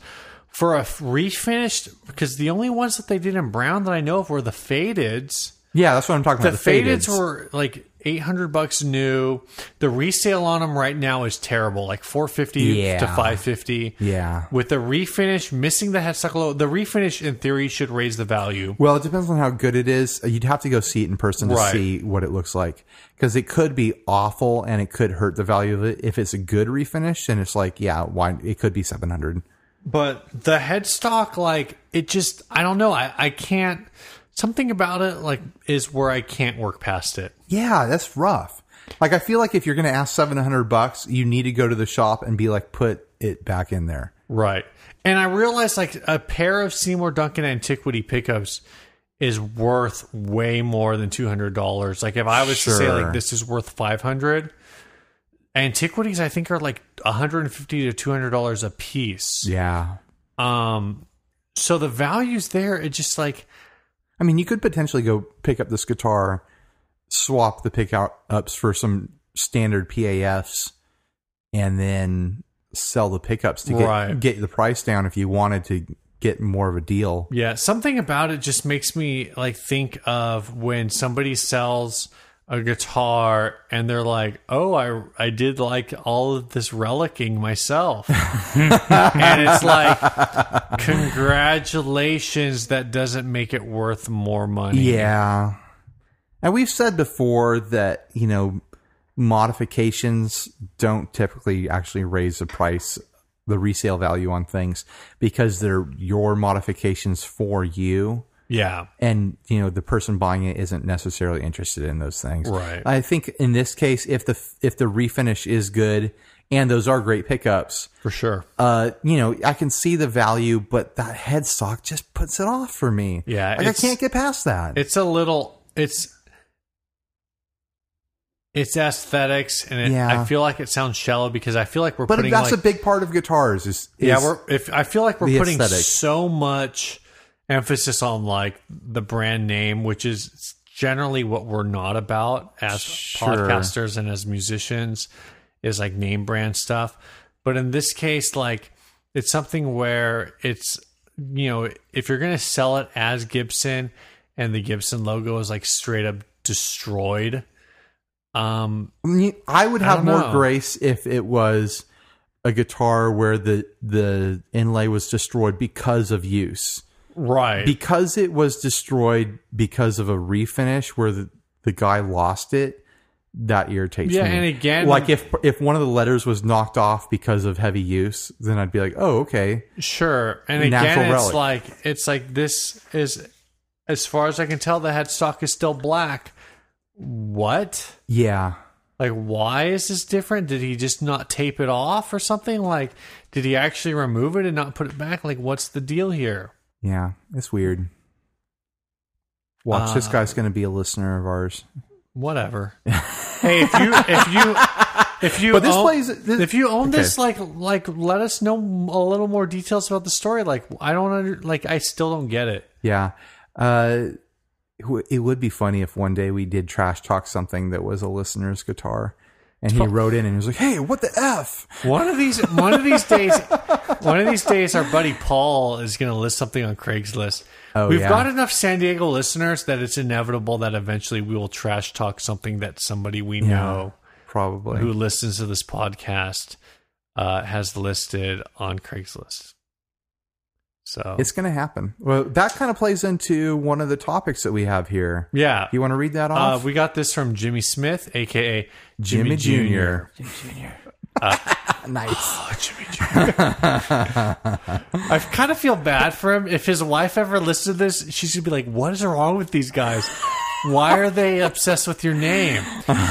A: for a f- refinished. Because the only ones that they did in brown that I know of were the fadeds.
B: Yeah, that's what I'm talking
A: the,
B: about. The
A: fadeds,
B: fadeds,
A: were like 800 bucks new the resale on them right now is terrible like 450
B: Yeah.
A: to 550
B: Yeah.
A: with the refinish missing the headstock logo the refinish in theory should raise the value
B: Well, it depends on how good it is. Uh, You'd have to go see it in person to
A: Right.
B: see what it looks like because it could be awful and it could hurt the value of it. If it's a good refinish, then it's like, yeah, why? It could be 700.
A: but the headstock like it just i don't know i, I can't something about it like is where i can't work past it
B: Yeah, that's rough. Like I feel like if you're going to ask 700 bucks, you need to go to the shop and be like put it back in there.
A: Right. And I realized like a pair of Seymour Duncan antiquity pickups is worth way more than two hundred dollars. Like if I was to say
B: Sure.
A: like this is worth five hundred, antiquities I think are like one hundred and fifty to two hundred dollars a piece.
B: Yeah.
A: Um, so the values there, it just like
B: I mean, you could potentially go pick up this guitar, swap the pickup ups for some standard PAFs and then sell the pickups to get
A: Right.
B: get the price down if you wanted to get more of a deal.
A: Yeah, something about it just makes me like think of when somebody sells a guitar and they're like, "Oh, I I did like all of this relicking myself," and it's like, "Congratulations, that doesn't make it worth more money."
B: Yeah. And we've said before that, you know, modifications don't typically actually raise the price, the resale value on things because they're your modifications for you.
A: yeah,
B: And, you know, the person buying it isn't necessarily interested in those things.
A: Right.
B: I think in this case, if the, if the refinish is good and those are great pickups,
A: for sure.
B: uh, you know, I can see the value, but that headstock just puts it off for me.
A: Yeah,
B: Like I
A: it's-
B: can't get past that.
A: It's a little. It's It's aesthetics, and it,
B: Yeah.
A: I feel like it sounds shallow because I feel like we're
B: But
A: putting
B: that's
A: like,
B: a big part of guitars. Is, is
A: yeah we're if I feel like
B: the
A: we're putting
B: aesthetic.
A: so much emphasis on like the brand name, which is generally what we're not about as
B: Sure.
A: podcasters and as musicians is like name brand stuff. But in this case, like it's something where it's you know if you're gonna sell it as Gibson and the Gibson logo is like straight up destroyed. Um,
B: I would have
A: don't
B: more
A: know.
B: grace if it was a guitar where the the inlay was destroyed because of use.
A: right.
B: because it was destroyed because of a refinish where the, the guy lost it that irritates
A: Yeah,
B: me
A: and again-
B: like if if one of the letters was knocked off because of heavy use then i'd be like oh okay
A: Sure. And again,
B: Natural
A: it's
B: relic.
A: like it's like this is as far as I can tell, the headstock is still black. What?
B: yeah
A: Like, why is this different? Did he just not tape it off or something? Like, did he actually remove it and not put it back? Like, what's the deal here?
B: yeah it's weird watch this
A: Uh,
B: guy's gonna be a listener of ours
A: Whatever. hey, if you if you if you
B: But this
A: own,
B: plays- this-
A: if you own
B: okay.
A: this, like like let us know a little more details about the story. Like, I don't under, like I still don't get it.
B: yeah uh it w- it would be funny if one day we did trash talk something that was a listener's guitar and he wrote in and he was like hey what the f
A: One of these one of these days one of these days our buddy Paul is gonna list something on Craigslist.
B: Oh,
A: We've
B: yeah.
A: got enough San Diego listeners that it's inevitable that eventually we will trash talk something that somebody we know
B: probably
A: who listens to this podcast uh, has listed on Craigslist. So
B: It's going to happen. Oh. Well, that kind of plays into one of the topics that we have here.
A: yeah.
B: You want to read that
A: Uh,
B: off?
A: we got this from Jimmy Smith, aka
B: Jimmy,
A: Jimmy, Uh, Jr.
B: Junior. nice.
A: Oh, Jimmy Jr. I kind of feel bad for him. If his wife ever listened to this, she's gonna be like, "What is wrong with these guys? Why are they obsessed with your name?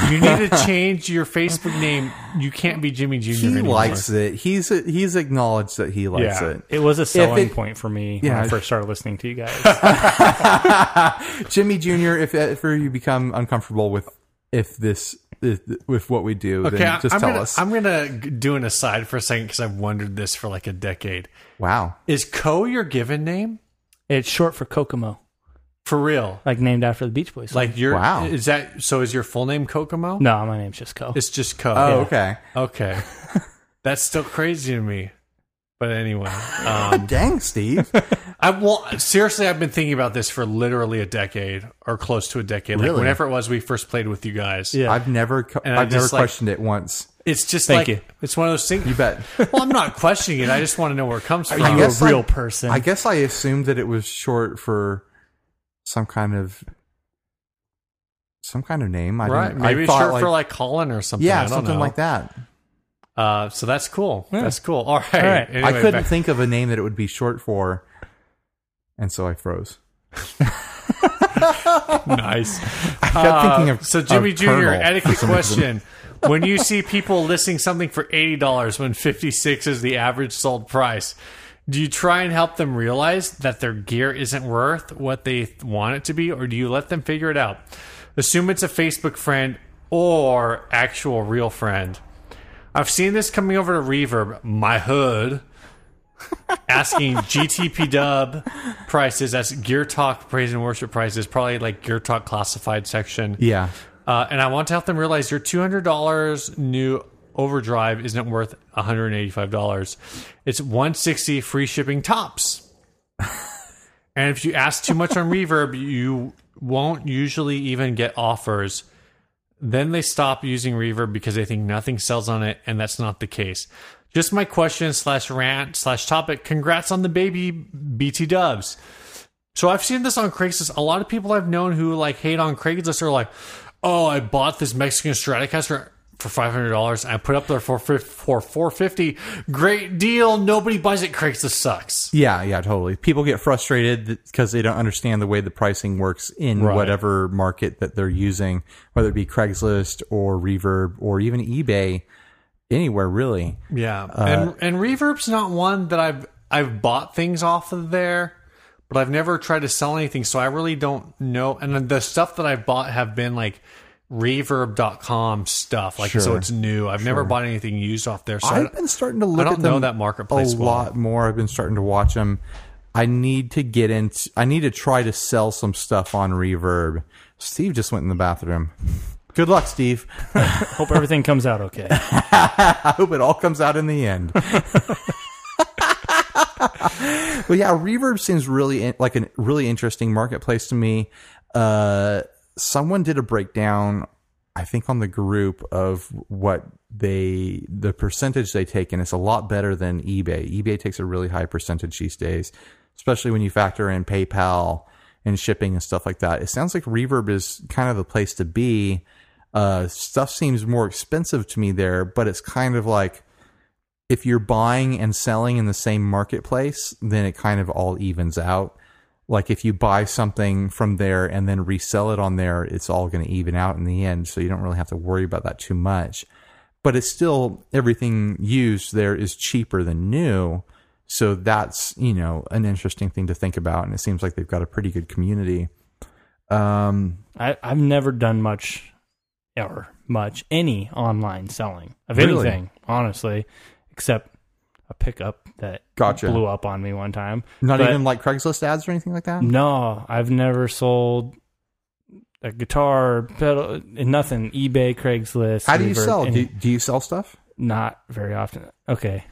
A: You need to change your Facebook name. You can't be Jimmy Jr.
B: He
A: anymore."
B: likes it. He's he's acknowledged that he likes
A: Yeah.
B: it.
C: It was a selling
B: it-
C: point for me
B: Yeah.
C: when I first started listening to you guys.
B: Jimmy Junior. If ever you become uncomfortable with if this if, with what we do,
A: Okay,
B: then
A: I-
B: just
A: I'm
B: tell
A: gonna,
B: us.
A: I'm gonna g- do an aside for a second because I've wondered this for like a decade.
B: wow.
A: Is Co your given name
C: it's short for Kokomo,
A: for real?
C: like named after the Beach Boys.
A: Like your
B: Wow.
A: is that so? Is your full name Kokomo?
C: no, my name's just Ko.
A: it's just Co.
B: Oh, okay.
A: Okay. That's still crazy to me. But anyway, um,
B: Dang, Steve.
A: I well, seriously, I've been thinking about this for literally a decade or close to a decade. Like
B: Really?
A: whenever it was we first played with you guys.
C: Yeah.
B: I've never co-
A: And I
B: I've never
A: just, like-
B: questioned it once.
A: It's just
C: Thank
A: like
C: you.
A: it's one of those things.
B: You bet.
A: Well, I'm not questioning it. I just want to know where it comes from.
C: you
B: guess
C: a real
B: I-
C: person?
B: I guess I assumed that it was short for some kind of some kind of name. I
A: right?
B: didn't- I
A: Maybe it's
B: thought,
A: short for like Colin or something. I
B: yeah,
A: don't
B: something
A: know.
B: like that.
A: Uh, so that's cool.
C: Yeah.
A: That's cool. All right.
C: All right.
A: Anyway,
B: I couldn't
A: back-
B: think of a name that it would be short for, and so I froze.
A: nice.
B: I kept
A: Uh,
B: thinking of
A: so Jimmy
B: of
A: Jr.
B: Colonel for
A: Etiquette
B: some reason.
A: question: When you see people listing something for eighty dollars when fifty six is the average sold price, do you try and help them realize that their gear isn't worth what they want it to be, or do you let them figure it out? Assume it's a Facebook friend or actual real friend. I've seen this coming over to Reverb, my hood, asking GTP dub prices. That's Gear Talk Praise and Worship prices, probably like Gear Talk classified section.
B: Yeah,
A: Uh, and I want to help them realize your $200 new overdrive isn't worth $185. It's 160 free shipping tops. and if you ask too much on Reverb, you won't usually even get offers. Then they stop using Reverb because they think nothing sells on it, and that's not the case. Just my question slash rant slash topic. Congrats on the baby BT Dubs. So I've seen this on Craigslist. A lot of people I've known who like hate on Craigslist are like, "Oh, I bought this Mexican Stratocaster for five hundred dollars. I put up there for fif- for four fifty. Great deal. Nobody buys it. Craigslist sucks."
B: yeah, yeah, totally. People get frustrated because they don't understand the way the pricing works in
A: Right.
B: whatever market that they're using, whether it be Craigslist or Reverb or even eBay, anywhere really.
A: Yeah, Uh, and and Reverb's not one that I've I've bought things off of there, but I've never tried to sell anything, so I really don't know. And the stuff that I've bought have been like reverb.com stuff. Like, so
B: Sure.
A: it's new. I've never bought anything used off there. So I
B: I've been starting to look
A: don't
B: at
A: know
B: them
A: that marketplace
B: a
A: well.
B: lot more. I've been starting to watch them. I need to get into. I need to try to sell some stuff on Reverb. Steve just went in the bathroom. Good luck, Steve.
C: Hope everything comes out okay.
B: I hope it all comes out in the end. but yeah, Reverb seems really in, like a really interesting marketplace to me. Uh, someone did a breakdown, I think, on the group of what they the percentage they take, and it's a lot better than eBay. eBay takes a really high percentage these days, especially when you factor in PayPal and shipping and stuff like that. It sounds like Reverb is kind of the place to be. Uh, stuff seems more expensive to me there, but it's kind of like if you're buying and selling in the same marketplace, then it kind of all evens out. Like if you buy something from there and then resell it on there, it's all going to even out in the end. So you don't really have to worry about that too much. But it's still everything used there is cheaper than new. So that's, you know, an interesting thing to think about. And it seems like they've got a pretty good community. Um,
C: I, I've never done much, ever much, any online selling of
B: Really?
C: anything, honestly, except a pickup that
B: Gotcha.
C: blew up on me one time.
B: not
C: But-
B: even like Craigslist ads or anything like that.
C: No, I've never sold a guitar, pedal, nothing. eBay, Craigslist.
B: How do you
C: Reverb,
B: sell? Do,
C: any-
B: do you sell stuff?
C: Not very often. Okay.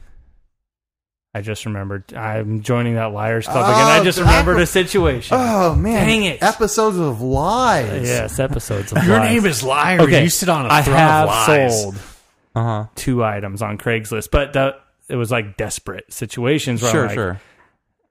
C: I just remembered. I'm joining that Liars Club again. I
B: Oh,
C: just
B: that-
C: remembered a situation.
B: Oh man!
C: Dang it.
B: Episodes of lies.
C: yes, episodes of
A: Your
C: lies.
A: name is liar.
C: Okay,
A: You sit on a
C: I
A: throne
C: have
A: of lies.
C: sold
B: Uh huh.
C: two items on Craigslist, but that it was like desperate situations. Where I'm
B: Sure,
C: like,
B: sure.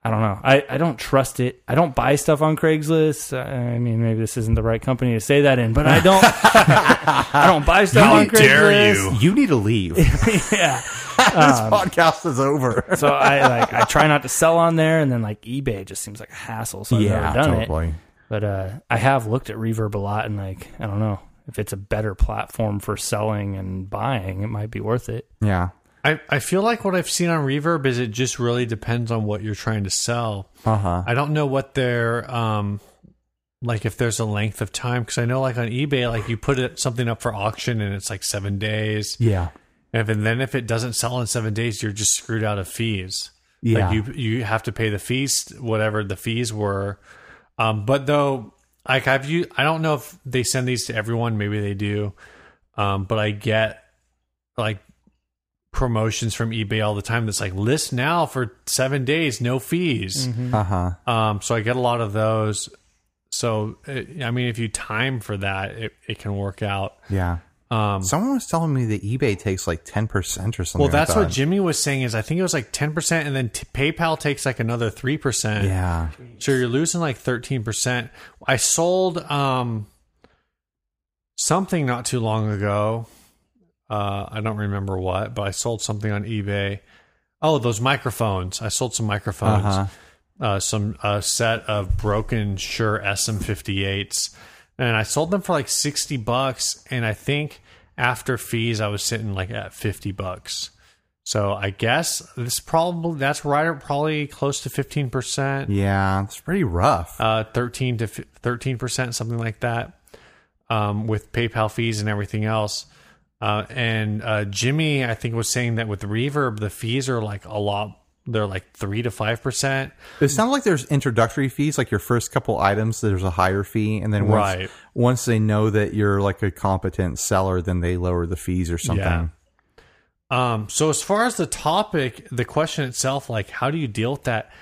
C: I don't know. I, I don't trust it. I don't buy stuff on Craigslist. I mean, maybe this isn't the right company to say that in, but I don't. I don't buy stuff
A: How
C: on Craigslist.
A: dare you.
B: You need to leave. this
C: yeah. Um,
B: podcast is over.
C: So I like I try not to sell on there, and then like eBay just seems like a hassle. So I've
B: Yeah,
C: never done it.
B: totally.
C: But uh, I have looked at Reverb a lot, and like I don't know if it's a better platform for selling and buying. It might be worth it.
B: Yeah.
A: I, I feel like what I've seen on Reverb is it just really depends on what you're trying to sell.
B: Uh huh.
A: I don't know what their um like if there's a length of time because I know like on eBay like you put it, something up for auction and it's like seven days
B: Yeah.
A: and, if, and then if it doesn't sell in seven days you're just screwed out of fees
B: Yeah.
A: like you you have to pay the fees whatever the fees were um but though like I've you I don't know if they send these to everyone maybe they do um but I get like promotions from eBay all the time that's like list now for seven days no fees.
B: Uh huh.
A: Um, so I get a lot of those. So it, I mean, if you time for that, it, it can work out.
B: Yeah.
A: Um,
B: Someone was telling me that eBay takes like ten percent or something.
A: well, that's
B: like
A: what Jimmy was saying. Is I think it was like ten percent, and then t- PayPal takes like another three
B: that.
A: percent.
B: Yeah.
A: So you're losing like thirteen percent. I sold um something not too long ago. Uh, I don't remember what, but I sold something on eBay. Oh, those microphones! I sold some microphones.
B: Uh-huh.
A: uh, some a set of broken Shure SM58s, and I sold them for like sixty bucks. And I think after fees, I was sitting like at fifty bucks. So I guess this probably that's right, at probably close to fifteen percent,
B: Yeah. It's pretty rough.
A: uh, thirteen to thirteen percent, something like that, um, with PayPal fees and everything else. Uh, and uh, Jimmy, I think, was saying that with Reverb, the fees are like a lot. They're like three to five percent.
B: It sounds like there's introductory fees, like your first couple items. There's a higher fee, and then once
A: Right.
B: once they know that you're like a competent seller, then they lower the fees or something.
A: Yeah. Um, so as far as the topic, the question itself, like how do you deal with that?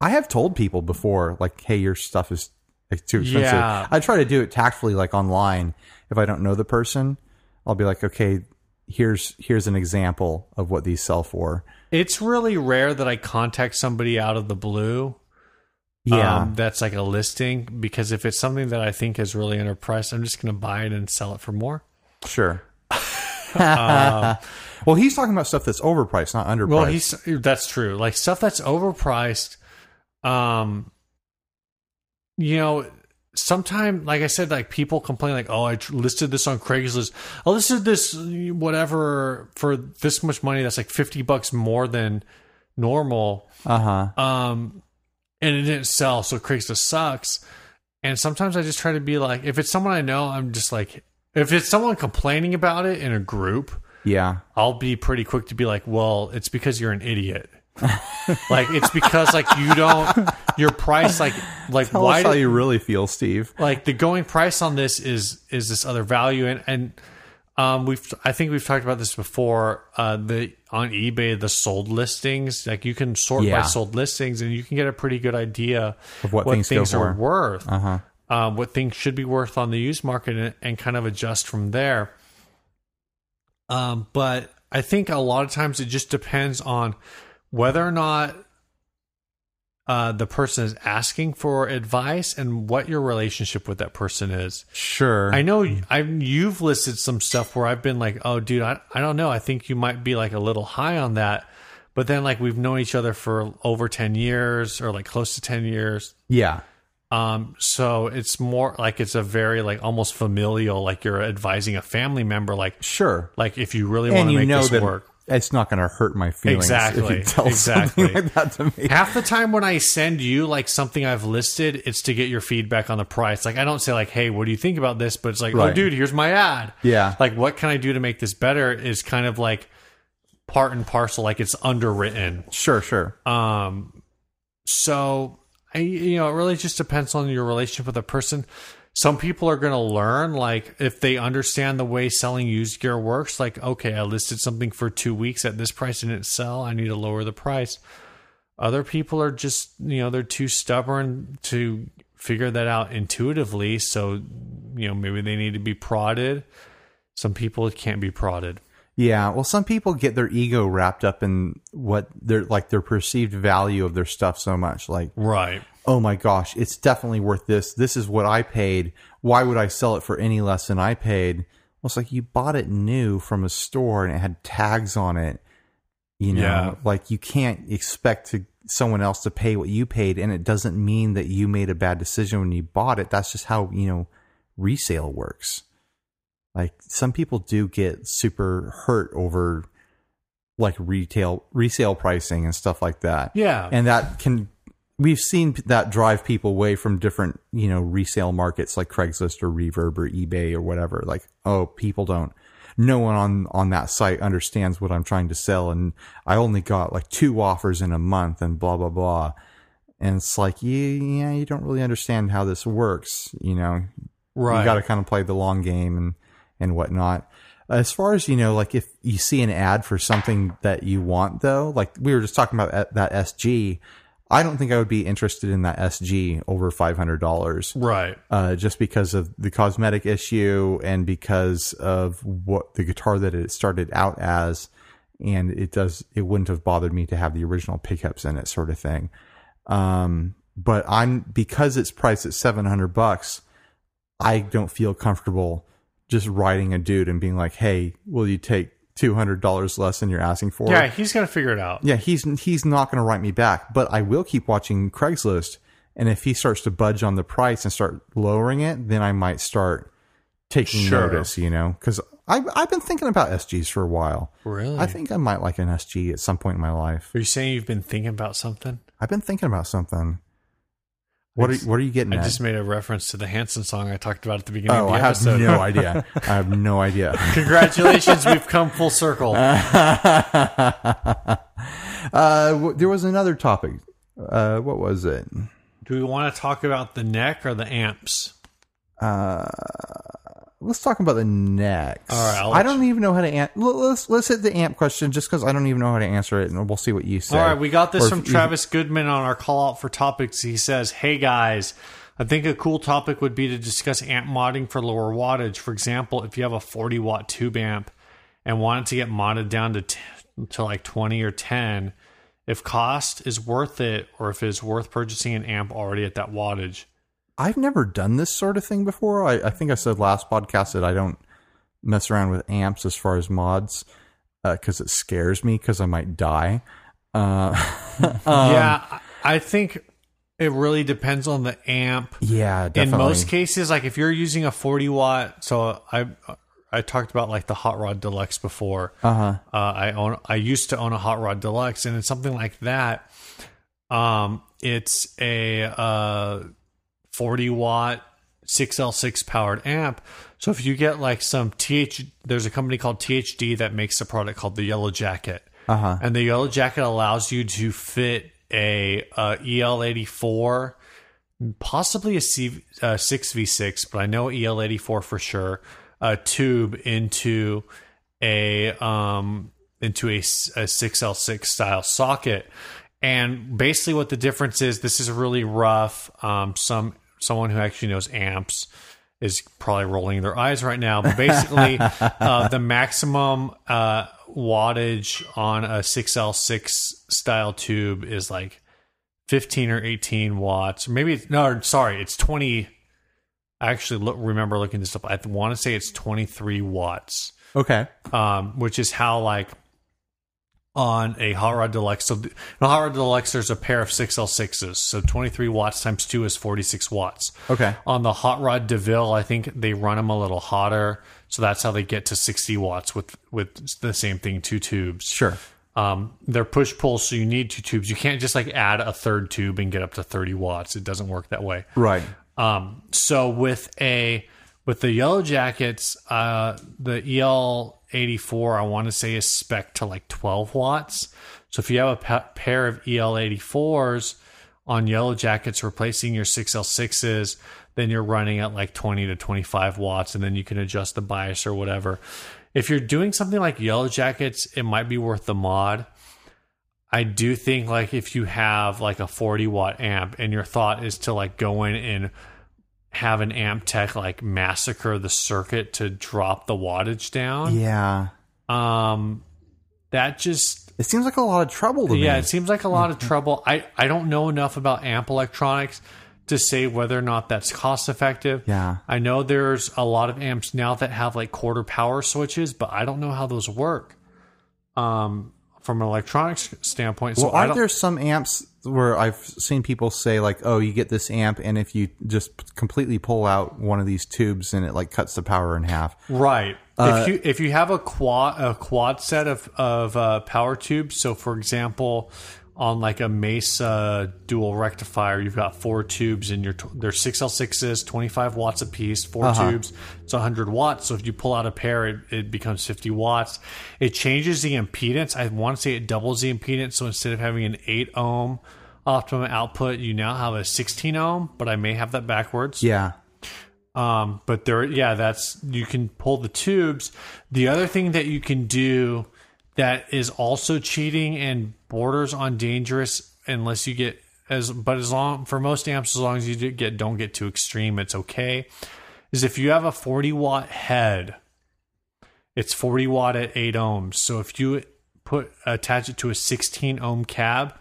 B: I have told people before, like, hey, your stuff is like, too expensive.
A: Yeah.
B: I try to do it tactfully, like online. If I don't know the person, I'll be like, okay, here's here's an example of what these sell for.
A: It's really rare that I contact somebody out of the blue. um, that's like a listing because if it's something that I think is really underpriced, I'm just going to buy it and sell it for more.
B: sure. well, he's talking about stuff that's overpriced, not underpriced.
A: Um, Well, he's that's true. Like stuff that's overpriced. Um, you know, sometimes, like I said, like people complain, like, "Oh, I tr- listed this on Craigslist. I listed this uh, whatever for this much money. That's like fifty bucks more than normal."
B: uh huh.
A: Um, and it didn't sell, so Craigslist sucks. And sometimes I just try to be like, if it's someone I know, I'm just like, if it's someone complaining about it in a group,
B: Yeah.
A: I'll be pretty quick to be like, well, it's because you're an idiot. like it's because like you don't your price like like
B: Tell
A: why
B: us how
A: do-
B: you really feel, Steve.
A: like the going price on this is is this other value and and um we've I think we've talked about this before uh the on eBay the sold listings like you can sort by
B: Yeah.
A: sold listings and you can get a pretty good idea
B: Of what things go for.
A: are worth uh-huh. what things should be worth on the used market and, and kind of adjust from there um but I think a lot of times it just depends on whether or not uh, the person is asking for advice and what your relationship with that person is.
B: Sure. Mm-hmm.
A: I know I you've listed some stuff where I've been like, "Oh, dude, I I don't know. I think you might be like a little high on that." But then like we've known each other for over 10 years or like close to 10 years.
B: yeah.
A: Um so it's more like it's a very like almost familial like you're advising a family member like
B: Sure.
A: like if you really want
B: And
A: to
B: you
A: make
B: know
A: this
B: that
A: work.
B: it's not going to hurt my feelings if
A: Exactly.
B: you tell
A: Exactly.
B: something like that to me.
A: half the time when I send you like something I've listed, it's to get your feedback on the price. Like I don't say like, "Hey, what do you think about this?" But it's like, "Oh,
B: Right.
A: dude, here's my ad."
B: Yeah.
A: Like, what can I do to make this better? Is kind of like part and parcel. Like it's underwritten.
B: Sure. Sure.
A: Um, so I, you know, it really just depends on your relationship with a person. Some people are going to learn, like, if they understand the way selling used gear works, like, okay, I listed something for two weeks at this price and it sell. I need to lower the price. Other people are just, you know, they're too stubborn to figure that out intuitively. So, you know, maybe they need to be prodded. Some people can't be prodded.
B: Yeah, well, some people get their ego wrapped up in what their like their perceived value of their stuff so much. Like,
A: Right.
B: oh my gosh, it's definitely worth this. This is what I paid. Why would I sell it for any less than I paid? Well, it's like you bought it new from a store and it had tags on it. You know,
A: Yeah.
B: like you can't expect to someone else to pay what you paid, and it doesn't mean that you made a bad decision when you bought it. That's just how you know resale works. Like some people do get super hurt over like retail resale pricing and stuff like that
A: Yeah.
B: and that can we've seen p- that drive people away from different you know resale markets like craigslist or reverb or ebay or whatever like oh people don't no one on on that site understands what i'm trying to sell and i only got like two offers in a month and blah blah blah and it's like you yeah you don't really understand how this works you know
A: right.
B: you got to kind of play the long game and and whatnot. As far as you know, like if you see an ad for something that you want, though, like we were just talking about at- that SG, I don't think I would be interested in that SG over five hundred dollars,
A: right.
B: uh, just because of the cosmetic issue and because of what the guitar that it started out as, and it does it wouldn't have bothered me to have the original pickups in it, sort of thing. Um, but I'm because it's priced at seven hundred bucks. I don't feel comfortable just writing a dude and being like, "Hey, will you take two hundred dollars less than you're asking for?"
A: Yeah. He's going to figure it out.
B: yeah. He's he's not going to write me back, but I will keep watching Craigslist, and if he starts to budge on the price and start lowering it, then I might start taking
A: Sure.
B: notice. You know, because I've I've been thinking about SGs for a while.
A: Really?
B: I think I might like an SG at some point in my life.
A: Are you saying you've been thinking about something?
B: I've been thinking about something. What
A: I
B: are
A: just-
B: what are you getting
A: I
B: at?
A: just made a reference to the Hanson song I talked about at the beginning
B: oh,
A: of the
B: I have
A: episode.
B: no idea. I have no idea.
A: Congratulations, we've come full circle.
B: uh, w- there was another topic. Uh, what was it?
A: Do we want to talk about the neck or the amps?
B: Uh, Let's talk about the next.
A: All right, I'll
B: I
A: let
B: don't even know how to an- l- let's let's hit the amp question just because I don't even know how to answer it, and we'll see what you say.
A: All right, we got
B: Or
A: this
B: if
A: from
B: you-
A: Travis Goodman on our call out for topics. He says, Hey guys, I think a cool topic would be to discuss amp modding for lower wattage. For example, if you have a 40 watt tube amp and want it to get modded down to, t- to like 20 or 10, if cost is worth it or if it's worth purchasing an amp already at that wattage.
B: I've never done this sort of thing before. I, I think I said last podcast that I don't mess around with amps as far as mods because it scares me because I might die. Uh, um,
A: yeah, I I think it really depends on the amp.
B: yeah, definitely.
A: In most cases, like if you're using a 40 watt, so I I talked about like the Hot Rod Deluxe before. Uh-huh. I own I used to own a Hot Rod Deluxe, and in something like that, um, it's a uh, 40 watt 6L6 powered amp. So if you get like some TH, there's a company called THD that makes a product called the Yellow Jacket. Uh-huh. And the Yellow Jacket allows you to fit a, uh EL84, possibly a C, uh, 6V6, but I know EL84 for sure, a tube into a um into a, s- a 6L6 style socket. And basically, what the difference is, this is really rough. Um, some someone who actually knows amps is probably rolling their eyes right now. But basically, uh, the maximum uh, wattage on a 6L6 style tube is like 15 or 18 watts. Maybe it's, no, sorry, it's 20. I actually look, remember looking this up. I want to say it's 23 watts
B: Okay.
A: um, which is how like on a hot rod deluxe. So the, in a hot rod deluxe, there's a pair of six L sixes. So twenty three watts times two is forty six watts.
B: Okay.
A: On the hot rod Deville, I think they run them a little hotter, so that's how they get to sixty watts with with the same thing, two tubes.
B: Sure.
A: Um, they're push pull, so you need two tubes. You can't just like add a third tube and get up to thirty watts. It doesn't work that way.
B: Right.
A: Um, so with a with the Yellow Jackets, uh, the EL eighty four, I want to say is spec to like twelve watts. So if you have a pa- pair of EL eighty fours on Yellow Jackets replacing your six L sixes, then you're running at like twenty to twenty five watts, and then you can adjust the bias or whatever. If you're doing something like Yellow Jackets, it might be worth the mod. I do think like if you have like a 40 watt amp and your thought is to like go in and have an amp tech like massacre the circuit to drop the wattage down.
B: Yeah.
A: Um that just
B: It seems like a lot of trouble to me.
A: yeah, it seems like a lot
B: Mm-hmm.
A: of trouble. I I don't know enough about amp electronics to say whether or not that's cost effective.
B: Yeah.
A: I know there's a lot of amps now that have like quarter power switches, but I don't know how those work. Um from an electronics standpoint, so
B: Well,
A: I
B: aren't
A: don't,
B: there some amps where I've seen people say like, "Oh, you get this amp, and if you just completely pull out one of these tubes, and it like cuts the power in half."
A: Right. if you if you have a quad a quad set of of uh, power tubes, so for example, on like a Mesa dual rectifier, you've got four tubes and your tw- they're six L sixes, twenty five watts apiece, 4 tubes. It's hundred watts. So if you pull out a pair, it, it becomes fifty watts. It changes the impedance. I want to say it doubles the impedance. So instead of having an eight ohm optimum output, you now have a sixteen ohm. But I may have that backwards.
B: Yeah.
A: Um, but there, yeah, that's you can pull the tubes. The other thing that you can do that is also cheating and borders on dangerous, unless you get as, but as long for most amps, as long as you do get don't get too extreme, it's okay. Is if you have a forty watt head, it's forty watt at eight ohms. So if you put attach it to a sixteen ohm cab.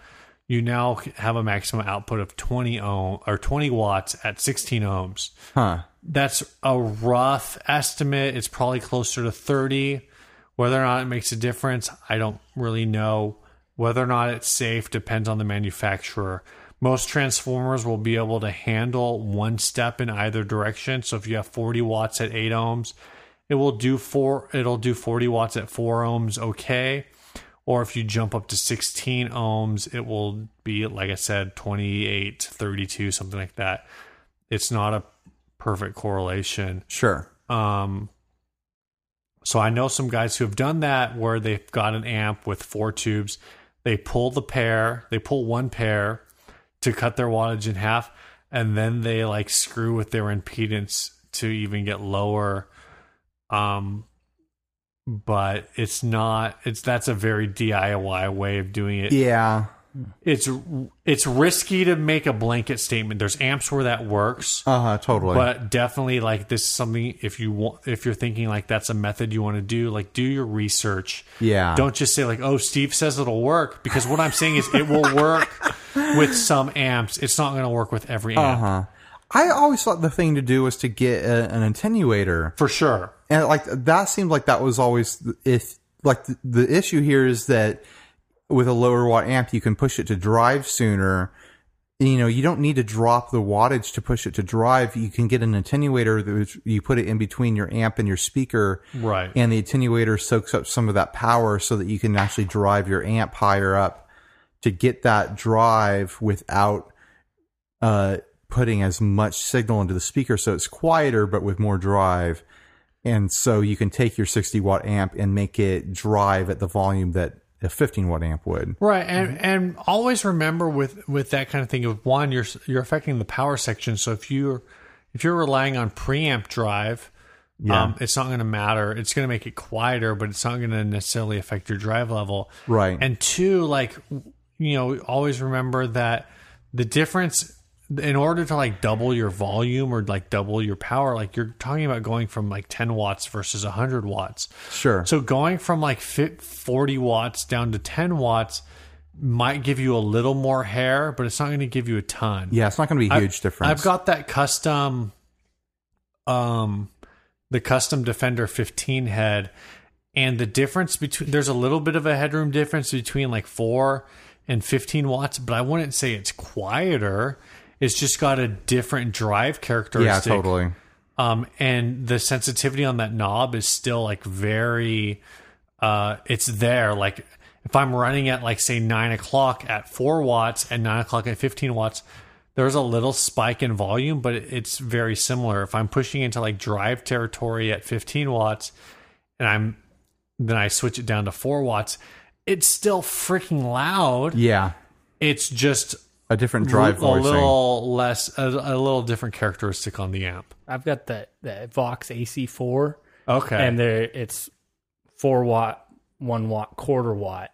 A: You now have a maximum output of 20 ohm or 20 watts at 16 ohms
B: Huh.
A: that's a rough estimate. It's probably closer to 30. Whether or not it makes a difference, I don't really know. Whether or not it's safe depends on the manufacturer. Most transformers will be able to handle one step in either direction. So if you have 40 watts at 8 ohms, it will do 4 it'll do 40 watts at 4 ohms okay. Or if you jump up to 16 ohms, it will be like I said 28, 32, something like that. It's not a perfect correlation.
B: Sure.
A: Um, so I know some guys who have done that where they've got an amp with four tubes. They pull the pair, they pull one pair to cut their wattage in half, and then they like screw with their impedance to even get lower. Um, but it's not. It's that's a very DIY way of doing it
B: Yeah.
A: it's it's risky to make a blanket statement. There's amps where that works,
B: Uh huh. Totally.
A: but definitely like this is something if you want if you're thinking like that's a method you want to do, like do your research.
B: yeah.
A: Don't just say like, "Oh, Steve says it'll work," because what I'm saying is it will work with some amps. It's not going to work with every amp
B: Uh huh. I always thought the thing to do was to get a, an attenuator.
A: for sure.
B: and like that seemed like that was always the- if like the, the issue here is that with a lower watt amp you can push it to drive sooner you know you don't need to drop the wattage to push it to drive you can get an attenuator that which you put it in between your amp and your speaker
A: Right.
B: and the attenuator soaks up some of that power so that you can actually drive your amp higher up to get that drive without uh putting as much signal into the speaker, so it's quieter but with more drive. And so you can take your 60 watt amp and make it drive at the volume that a 15 watt amp would.
A: Right, and and always remember with with that kind of thing of one, you're you're affecting the power section. So if you're if you're relying on preamp drive, um, it's not going to matter. It's going to make it quieter, but it's not going to necessarily affect your drive level.
B: Right.
A: And two, like you know, always remember that the difference in order to like double your volume or like double your power, like you're talking about going from like 10 watts versus 100 watts.
B: Sure.
A: So going from like fit 40 watts down to 10 watts might give you a little more hair, but it's not going to give you a ton.
B: yeah, it's not going to be a huge difference.
A: I've got that custom, um, the custom Defender 15 head, and the difference between there's a little bit of a headroom difference between like four and 15 watts, but I wouldn't say it's quieter. It's just got a different drive
B: yeah,
A: characteristic.
B: totally.
A: Um, and the sensitivity on that knob is still like very, uh, it's there. Like if I'm running at like say nine o'clock at four watts and nine o'clock at 15 watts, there's a little spike in volume, but it- it's very similar. If I'm pushing into like drive territory at 15 watts and I'm, then I switch it down to four watts, it's still freaking loud.
B: Yeah,
A: It's just
B: a different drive
A: a
B: voicing.
A: little less, a, a little different characteristic on the amp.
C: I've got the, the Vox AC4,
A: Okay.
C: and there it's four watt, one watt, quarter watt,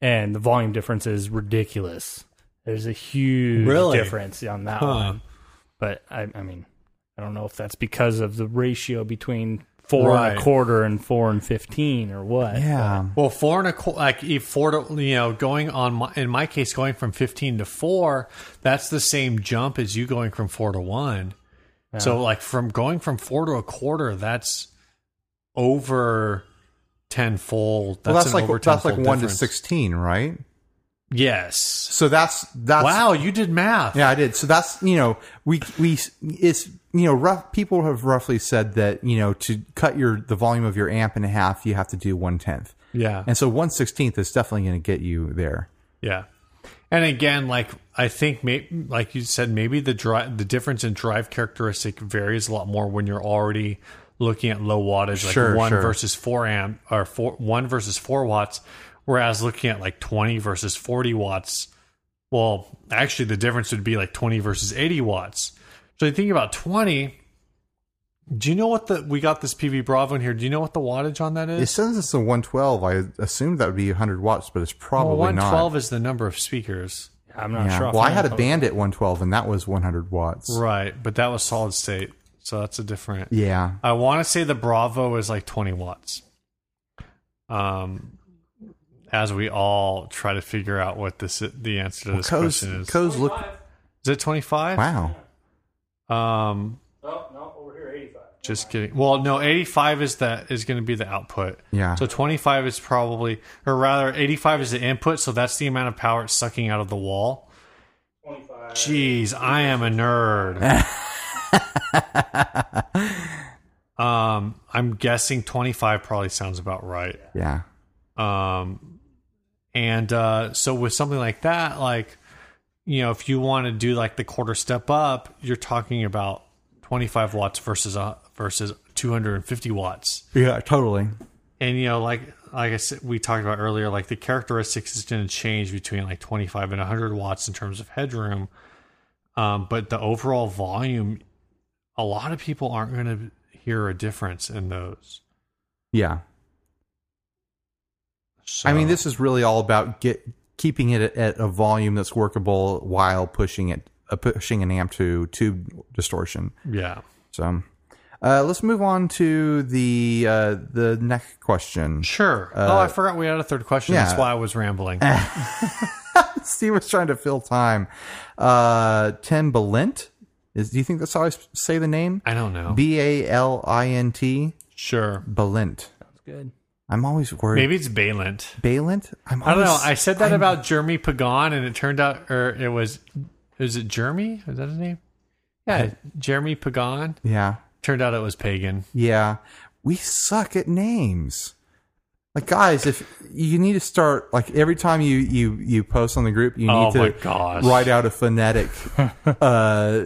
C: and the volume difference is ridiculous. There's a huge
A: Really?
C: difference on that
A: Huh.
C: one. But I, I mean, I don't know if that's because of the ratio between four and
A: Right.
C: a quarter and four and fifteen or what.
B: yeah,
A: Well, four and a quarter, like if four to, you know, going on my, in my case, going from 15 to four, that's the same jump as you going from four to one. So, like, from going from four to a quarter, that's over tenfold. That's,
B: well, that's
A: an
B: like
A: over
B: that's like
A: tenfold
B: one to
A: difference.
B: sixteen, right?
A: Yes.
B: So that's that's
A: wow, you did math.
B: Yeah, I did. So that's you know we we it's you know rough. People have roughly said that you know to cut your the volume of your amp in half, you have to do one tenth,
A: Yeah.
B: and so one sixteenth is definitely going to get you there.
A: Yeah. And again, like I think, may, like you said, maybe the drive, the difference in drive characteristic varies a lot more when you're already looking at low wattage, like
B: Sure,
A: one
B: sure.
A: versus four amp or four one versus four watts. Whereas looking at like twenty versus forty watts, well, actually the difference would be like twenty versus eighty watts. So you think about twenty. Do you know what the we got this PV Bravo in here? Do you know what the wattage on that
B: It
A: is?
B: says it's a one twelve. I assumed that would be hundred watts, but it's probably
A: one twelve
B: not.
A: is the number of speakers.
C: I'm not
B: Yeah.
C: sure.
B: Well, I had a
C: offhand.
B: band at one twelve, and that was one hundred watts.
A: Right, but that was solid state, so that's a different.
B: Yeah,
A: I want to say the Bravo is like 20 watts. Um, as we all try to figure out what this the answer to this
B: Co's
A: question is,
B: Co's look.
A: is it 25?
B: Wow.
A: Um,
C: Oh, no, over here, 85.
A: just kidding. Well, no, 85 is that is going to be the output.
B: Yeah.
A: So 25 is probably, or rather, 85 is the input. So that's the amount of power it's sucking out of the wall.
C: 25.
A: Jeez, I am a nerd. um, I'm guessing 25 probably sounds about right.
B: Yeah.
A: Um, and uh, so with something like that, like you know, if you want to do like the quarter step up, you're talking about 25 watts versus uh, versus 250 watts.
B: Yeah. Totally.
A: And you know, like like I said, we talked about earlier, like the characteristics is going to change between like 25 and 100 watts in terms of headroom, um, but the overall volume, a lot of people aren't going to hear a difference in those.
B: Yeah.
A: So,
B: I mean, this is really all about get keeping it at, at a volume that's workable while pushing it uh, pushing an amp to tube distortion.
A: yeah.
B: So uh, let's move on to the uh, the next question.
A: Sure. oh, I forgot we had a third question.
B: Uh, yeah. Eh.
A: That's why I was rambling.
B: Steve was trying to fill time. Uh, Tim Balint is. Do you think that's how I s- say the name?
A: I don't know.
B: B a l i n t
A: sure.
B: Balint.
C: That's good.
B: I'm always worried.
A: Maybe it's Balint.
B: Balint. I'm
A: I don't
B: always,
A: know. I said that about Jeremy Pagan, and it turned out, or it was, is it Jeremy? Is that his name? Yeah, Jeremy Pagan.
B: yeah.
A: Turned out it was Pagan.
B: Yeah. We suck at names. Like guys, if you need to start like every time you you you post on the group, you need
A: Oh
B: to
A: my gosh.
B: write out a phonetic uh,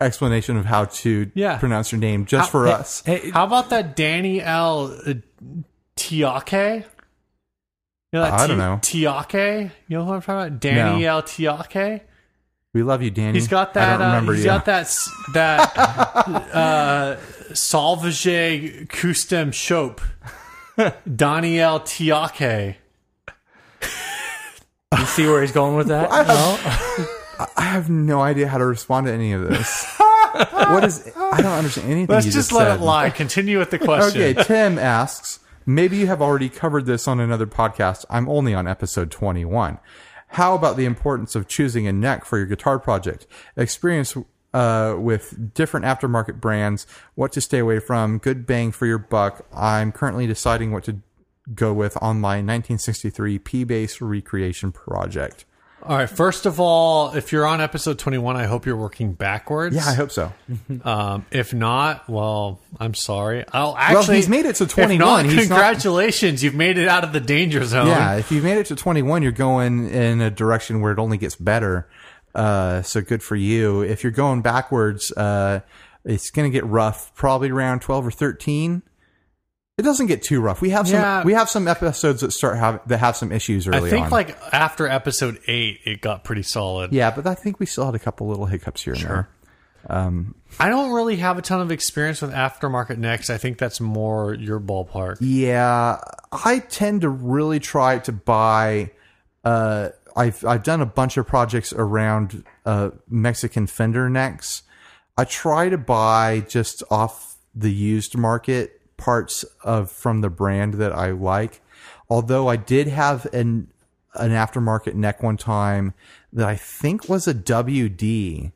B: explanation of how to
A: Yeah.
B: pronounce your name just for us.
A: How about that Danny L. uh, Tiake? You know that
B: I
A: Ti-
B: don't know.
A: Tiake? You know who I'm talking about? Danny
B: No.
A: L. Tiake?
B: We love you, Danny.
A: He's got
B: I
A: that.
B: don't
A: Uh,
B: remember
A: he's
B: you.
A: got that s- that uh, Salvage Custom Shop. Daniel Tiake.
C: You see where he's going with that?
B: I have no idea how to respond to any of this. what is? I don't understand anything.
A: Let's
B: you
A: just, let
B: said.
A: it lie. Continue with the question.
B: Okay, Tim asks, maybe you have already covered this on another podcast. I'm only on episode 21. How about the importance of choosing a neck for your guitar project? Experience uh, with different aftermarket brands, what to stay away from, good bang for your buck. I'm currently deciding what to go with on my 1963 P bass recreation project.
A: All right. First of all, if you're on episode 21, I hope you're working backwards.
B: Yeah, I hope so.
A: Um, if not, well, I'm sorry. I'll actually.
B: he's made it to
A: if
B: 21.
A: Not,
B: He's not-
A: congratulations, you've made it out of the danger zone.
B: Yeah, if you've made it to 21, you're going in a direction where it only gets better. Uh, so good for you. If you're going backwards, uh, it's going to get rough probably around 12 or 13. It doesn't get too rough. We have some
A: Yeah.
B: we have some episodes that start have, that have some issues early
A: I think
B: on.
A: like after episode eight, it got pretty solid.
B: yeah, but I think we still had a couple little hiccups here and there.
A: I don't really have a ton of experience with aftermarket necks. I think that's more your ballpark.
B: Yeah, I tend to really try to buy. Uh, I've I've done a bunch of projects around uh, Mexican fender necks. I try to buy just off the used market parts of from the brand that I like. Although I did have an an aftermarket neck one time that I think was a WD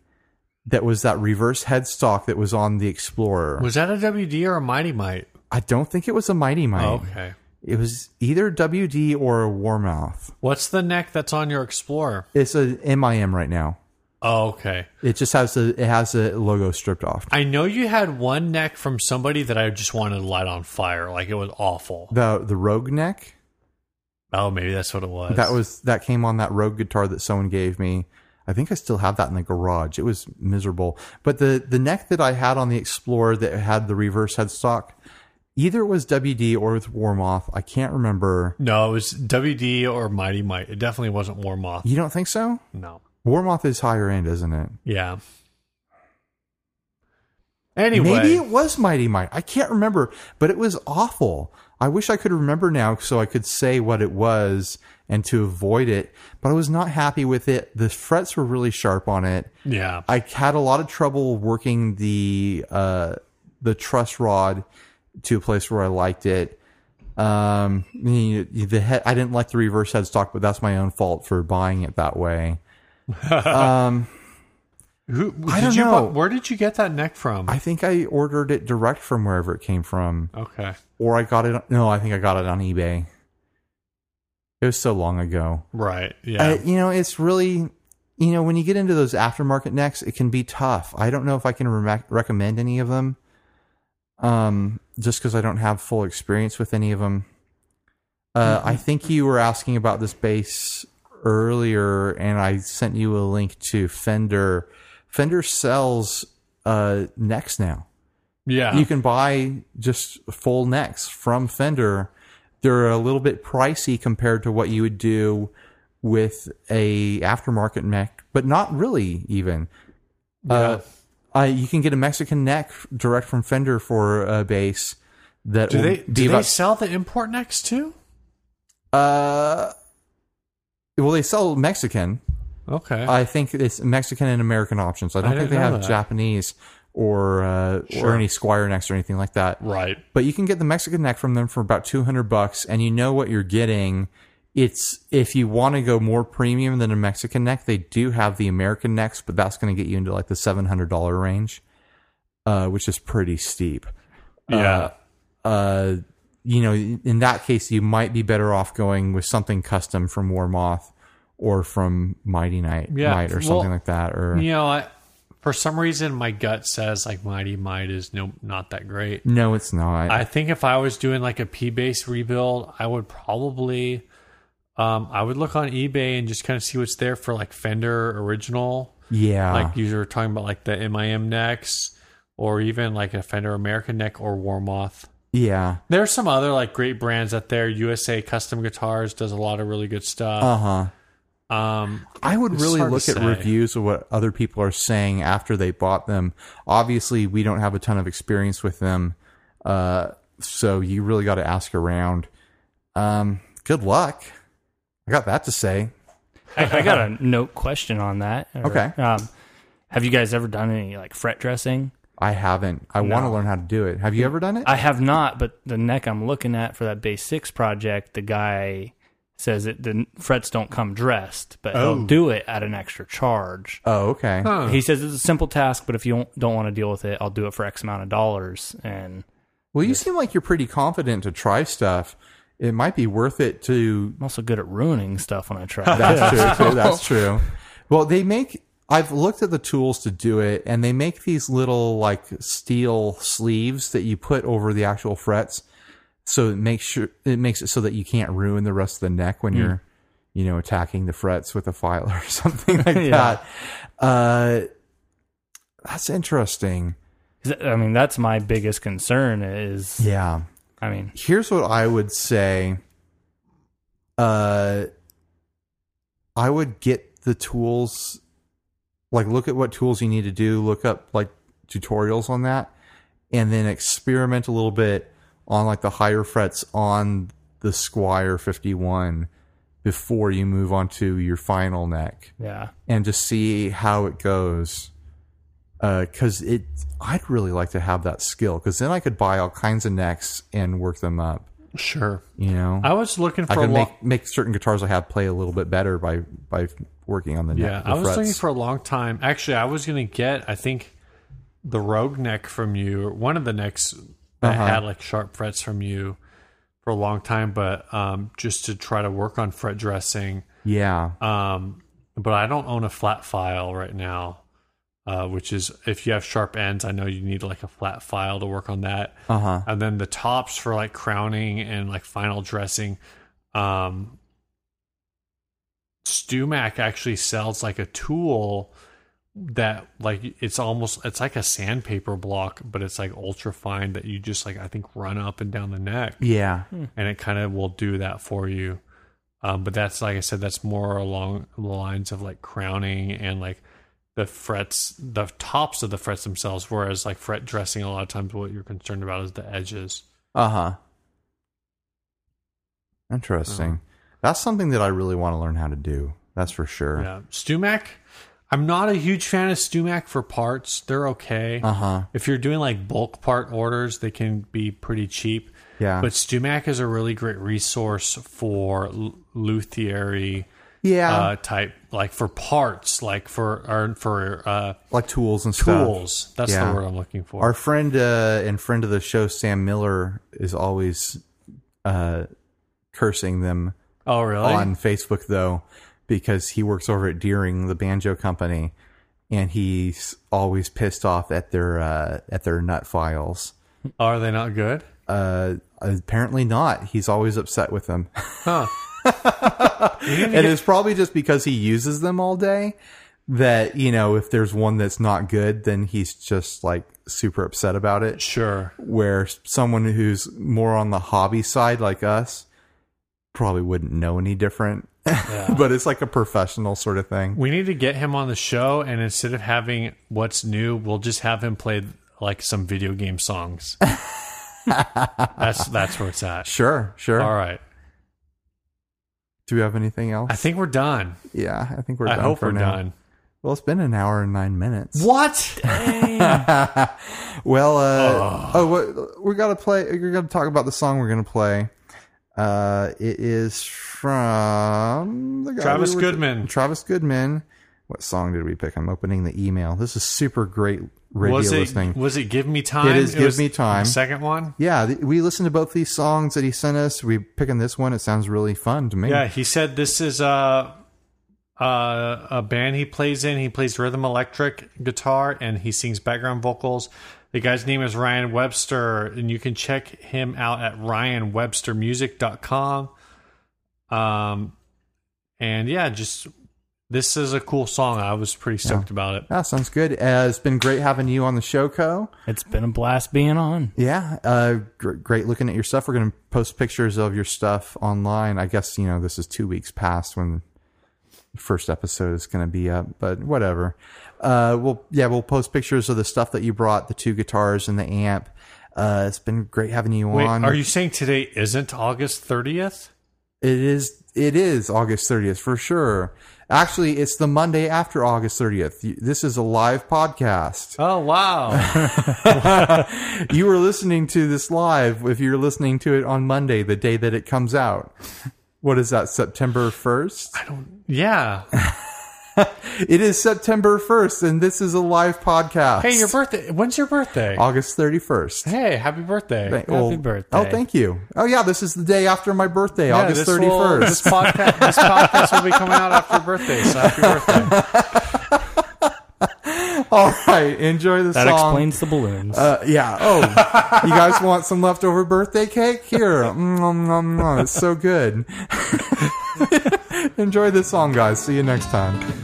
B: that was that reverse headstock that was on the Explorer.
A: Was that a WD or a Mighty Mite?
B: I don't think it was a Mighty Mite.
A: Oh, Okay.
B: It was either WD or a Warmouth.
A: What's the neck that's on your Explorer?
B: It's a MIM right now.
A: Oh, okay.
B: It just has the it has the logo stripped off.
A: I know you had one neck from somebody that I just wanted to light on fire. Like it was awful.
B: The the Rogue neck
A: Oh, maybe that's what it was.
B: that was that came on that Rogue guitar that someone gave me. I think I still have that in the garage. It was miserable. But the the neck that I had on the Explorer that had the reverse headstock, either it was WD or with Warmoth. I can't remember.
A: No, it was WD or Mighty Mite. It definitely wasn't Warmoth.
B: You don't think so?
A: No.
B: Warmoth is higher end, isn't it?
A: Yeah. Anyway,
B: Maybe it was Mighty Mike. I can't remember, but it was awful. I wish I could remember now so I could say what it was and to avoid it, but I was not happy with it. The frets were really sharp on it.
A: yeah.
B: I had a lot of trouble working the uh, the truss rod to a place where I liked it. Um, the the head, I didn't like the reverse headstock, but that's my own fault for buying it that way.
A: Who,
B: I
A: did
B: don't
A: you bu-
B: know.
A: where did you get that neck from?
B: I think I ordered it direct from wherever it came from.
A: okay.
B: or I got it. No, I think I got it on eBay. It was so long ago.
A: Right. Yeah.
B: Uh, you know, it's really, you know, when you get into those aftermarket necks, it can be tough. I don't know if I can re- recommend any of them, um, just because I don't have full experience with any of them. Uh, I think you were asking about this bass earlier, and I sent you a link to Fender. Fender sells uh, necks now
A: yeah.
B: you can buy just full necks from Fender. They're a little bit pricey compared to what you would do with a aftermarket neck, but not really even. Uh, uh, you can get a Mexican neck direct from Fender for a bass. That
A: do
B: will
A: they
B: be
A: do they
B: about-
A: sell the import necks too?
B: uh, well, they sell Mexican.
A: Okay.
B: I think it's Mexican and American options. I don't
A: didn't
B: think they
A: know
B: have
A: that.
B: Japanese or uh, or any Squire necks or anything like that.
A: right.
B: but you can get the Mexican neck from them for about 200 bucks and you know what you're getting. It's if you want to go more premium than a Mexican neck, they do have the American necks, but that's going to get you into like the $700 range, uh, which is pretty steep.
A: Yeah.
B: Uh, you know, in that case, you might be better off going with something custom from Warmoth or from Mighty Knight
A: Yeah,
B: Knight or
A: well,
B: something like that. Or
A: you know, I For some reason, my gut says like Mighty Might is no not that great.
B: No, it's not.
A: I think if I was doing like a P base rebuild, I would probably um, I would look on eBay and just kind of see what's there for like Fender original.
B: yeah.
A: Like you were talking about like the MIM necks or even like a Fender American neck or Warmoth.
B: yeah.
A: There's some other like great brands out there. USA Custom Guitars does a lot of really good stuff.
B: Uh huh.
A: um
B: I would
A: It's
B: really
A: hard to
B: look at
A: say.
B: reviews of what other people are saying after they bought them. Obviously, we don't have a ton of experience with them, uh, so you really got to ask around. Um, good luck. I got that to say.
C: I, I got a note question on that. or,
B: Okay.
C: Um, have you guys ever done any like fret dressing?
B: I haven't. I want to
C: No.
B: learn how to do it. Have you ever done it?
C: I have not, but the neck I'm looking at for that base six project, the guy says that the frets don't come dressed, but he'll do it at an extra charge.
B: oh, okay.
A: huh.
C: He says it's a simple task, but if you don't, don't want to deal with it, I'll do it for X amount of dollars. And
B: Well, you seem like you're pretty confident to try stuff. It might be worth it to
C: I'm also good at ruining stuff when I try.
B: That's true. Too. That's true. Well, they make. I've looked at the tools to do it, and they make these little like steel sleeves that you put over the actual frets, so it makes sure it makes it so that you can't ruin the rest of the neck when you're, you know, attacking the frets with a file or something like
C: Yeah.
B: that. Uh, that's interesting.
C: I mean, that's my biggest concern is,
B: Yeah.
C: I mean,
B: here's what I would say. Uh, I would get the tools, like look at what tools you need to do, look up like tutorials on that, and then experiment a little bit on like the higher frets on the Squire 51 before you move on to your final neck
C: yeah.
B: and just see how it goes. Because it, I'd really like to have that skill. Because then I could buy all kinds of necks and work them up.
A: sure.
B: You know,
A: I was looking
B: I
A: for a
B: could
A: lo-
B: make make certain guitars I have play a little bit better by by working on the neck.
A: Yeah,
B: the
A: I was
B: frets.
A: looking for a long time. Actually, I was gonna get I think the rogue neck from you, or one of the necks that
B: Uh-huh.
A: had like sharp frets from you for a long time, but um, just to try to work on fret dressing.
B: Yeah,
A: Um, but I don't own a flat file right now, uh, which is if you have sharp ends, I know you need like a flat file to work on that.
B: uh huh.
A: And then the tops for like crowning and like final dressing. Um, Stumac actually sells like a tool that like it's almost it's like a sandpaper block, but it's like ultra fine that you just like I think run up and down the neck,
B: Yeah,
A: and it kind of will do that for you. Um, but that's like I said, that's more along the lines of like crowning and like the frets, the tops of the frets themselves. Whereas like fret dressing, a lot of times what you're concerned about is the edges.
B: uh huh.
A: Uh-huh.
B: Interesting. That's something that I really want to learn how to do. That's for sure.
A: Yeah, Stumac. I'm not a huge fan of Stumac for parts. They're okay.
B: Uh huh.
A: If you're doing like bulk part orders, they can be pretty cheap.
B: Yeah.
A: But Stumac is a really great resource for l- luthiery
B: yeah.
A: uh, type, like for parts, like for or for uh,
B: like tools and stuff.
A: tools. That's
B: Yeah.
A: the word I'm looking for.
B: Our friend uh, and friend of the show, Sam Miller, is always uh, cursing them
A: oh, really?
B: on Facebook, though, because he works over at Deering, the banjo company, and he's always pissed off at their uh, at their nut files.
A: Are they not good?
B: Uh, apparently not. He's always upset with them,
A: Huh.
B: and it's probably just because he uses them all day. That you know, if there's one that's not good, then he's just like super upset about it.
A: Sure.
B: where someone who's more on the hobby side like us probably wouldn't know any different. but it's like a professional sort of thing.
A: We need to get him on the show, and instead of having what's new, we'll just have him play like some video game songs. that's that's where it's at.
B: Sure, sure.
A: All right.
B: Do we have anything else?
A: I think we're done.
B: yeah, I think we're
A: I
B: done.
A: hope
B: for
A: we're
B: now.
A: done.
B: Well, it's been an hour and nine minutes.
A: What?
B: well, uh, oh, what, we gotta play. We're gonna talk about the song we're gonna play. Uh, it is from the guy
A: Travis
B: we were-
A: Goodman.
B: Travis Goodman. What song did we pick? I'm opening the email. This is super great radio
A: Was it
B: listening.
A: was it give me time?
B: It is Give
A: was
B: Me Time.
A: the Second one?
B: Yeah, th- we listened to both these songs that he sent us. We picking this one. It sounds really fun to me.
A: Yeah, he said this is uh uh uh, a band he plays in. He plays rhythm electric guitar and he sings background vocals. The guy's name is Ryan Webster, and you can check him out at ryanwebstermusic.com. Um, and yeah, just this is a cool song. I was pretty stoked about it.
B: That sounds good. Uh, it's been great having you on the show, Co.
C: It's been a blast being on.
B: Yeah, uh, gr- great looking at your stuff. We're going to post pictures of your stuff online. I guess you know this is two weeks past when the first episode is going to be up, but whatever. Uh, we'll yeah, we'll post pictures of the stuff that you brought, the two guitars and the amp. Uh, it's been great having you
A: Wait,
B: on.
A: are you saying today isn't August 30th?
B: It is. It is August 30th for sure. Actually, it's the Monday after August 30th. You- This is a live podcast.
A: Oh, wow.
B: you were listening to this live if you're listening to it on Monday, the day that it comes out. What is that, September 1st?
A: yeah.
B: It is September 1st, and this is a live podcast.
A: Hey, your birthday. When's your birthday?
B: August 31th.
A: Hey, happy birthday.
B: Thank- well-
C: Happy birthday.
B: Oh, thank you. Oh, yeah, this is the day after my birthday,
A: Yeah,
B: August
A: this will-
B: 31st.
A: this, podcast, this podcast will be coming out after your birthday, so happy birthday.
B: All right, enjoy the
C: That
B: song.
C: explains the balloons.
B: Uh, yeah. Oh, you guys want some leftover birthday cake? Here. Mm, nom, nom, nom. It's so good. Enjoy this song, guys. See you next time.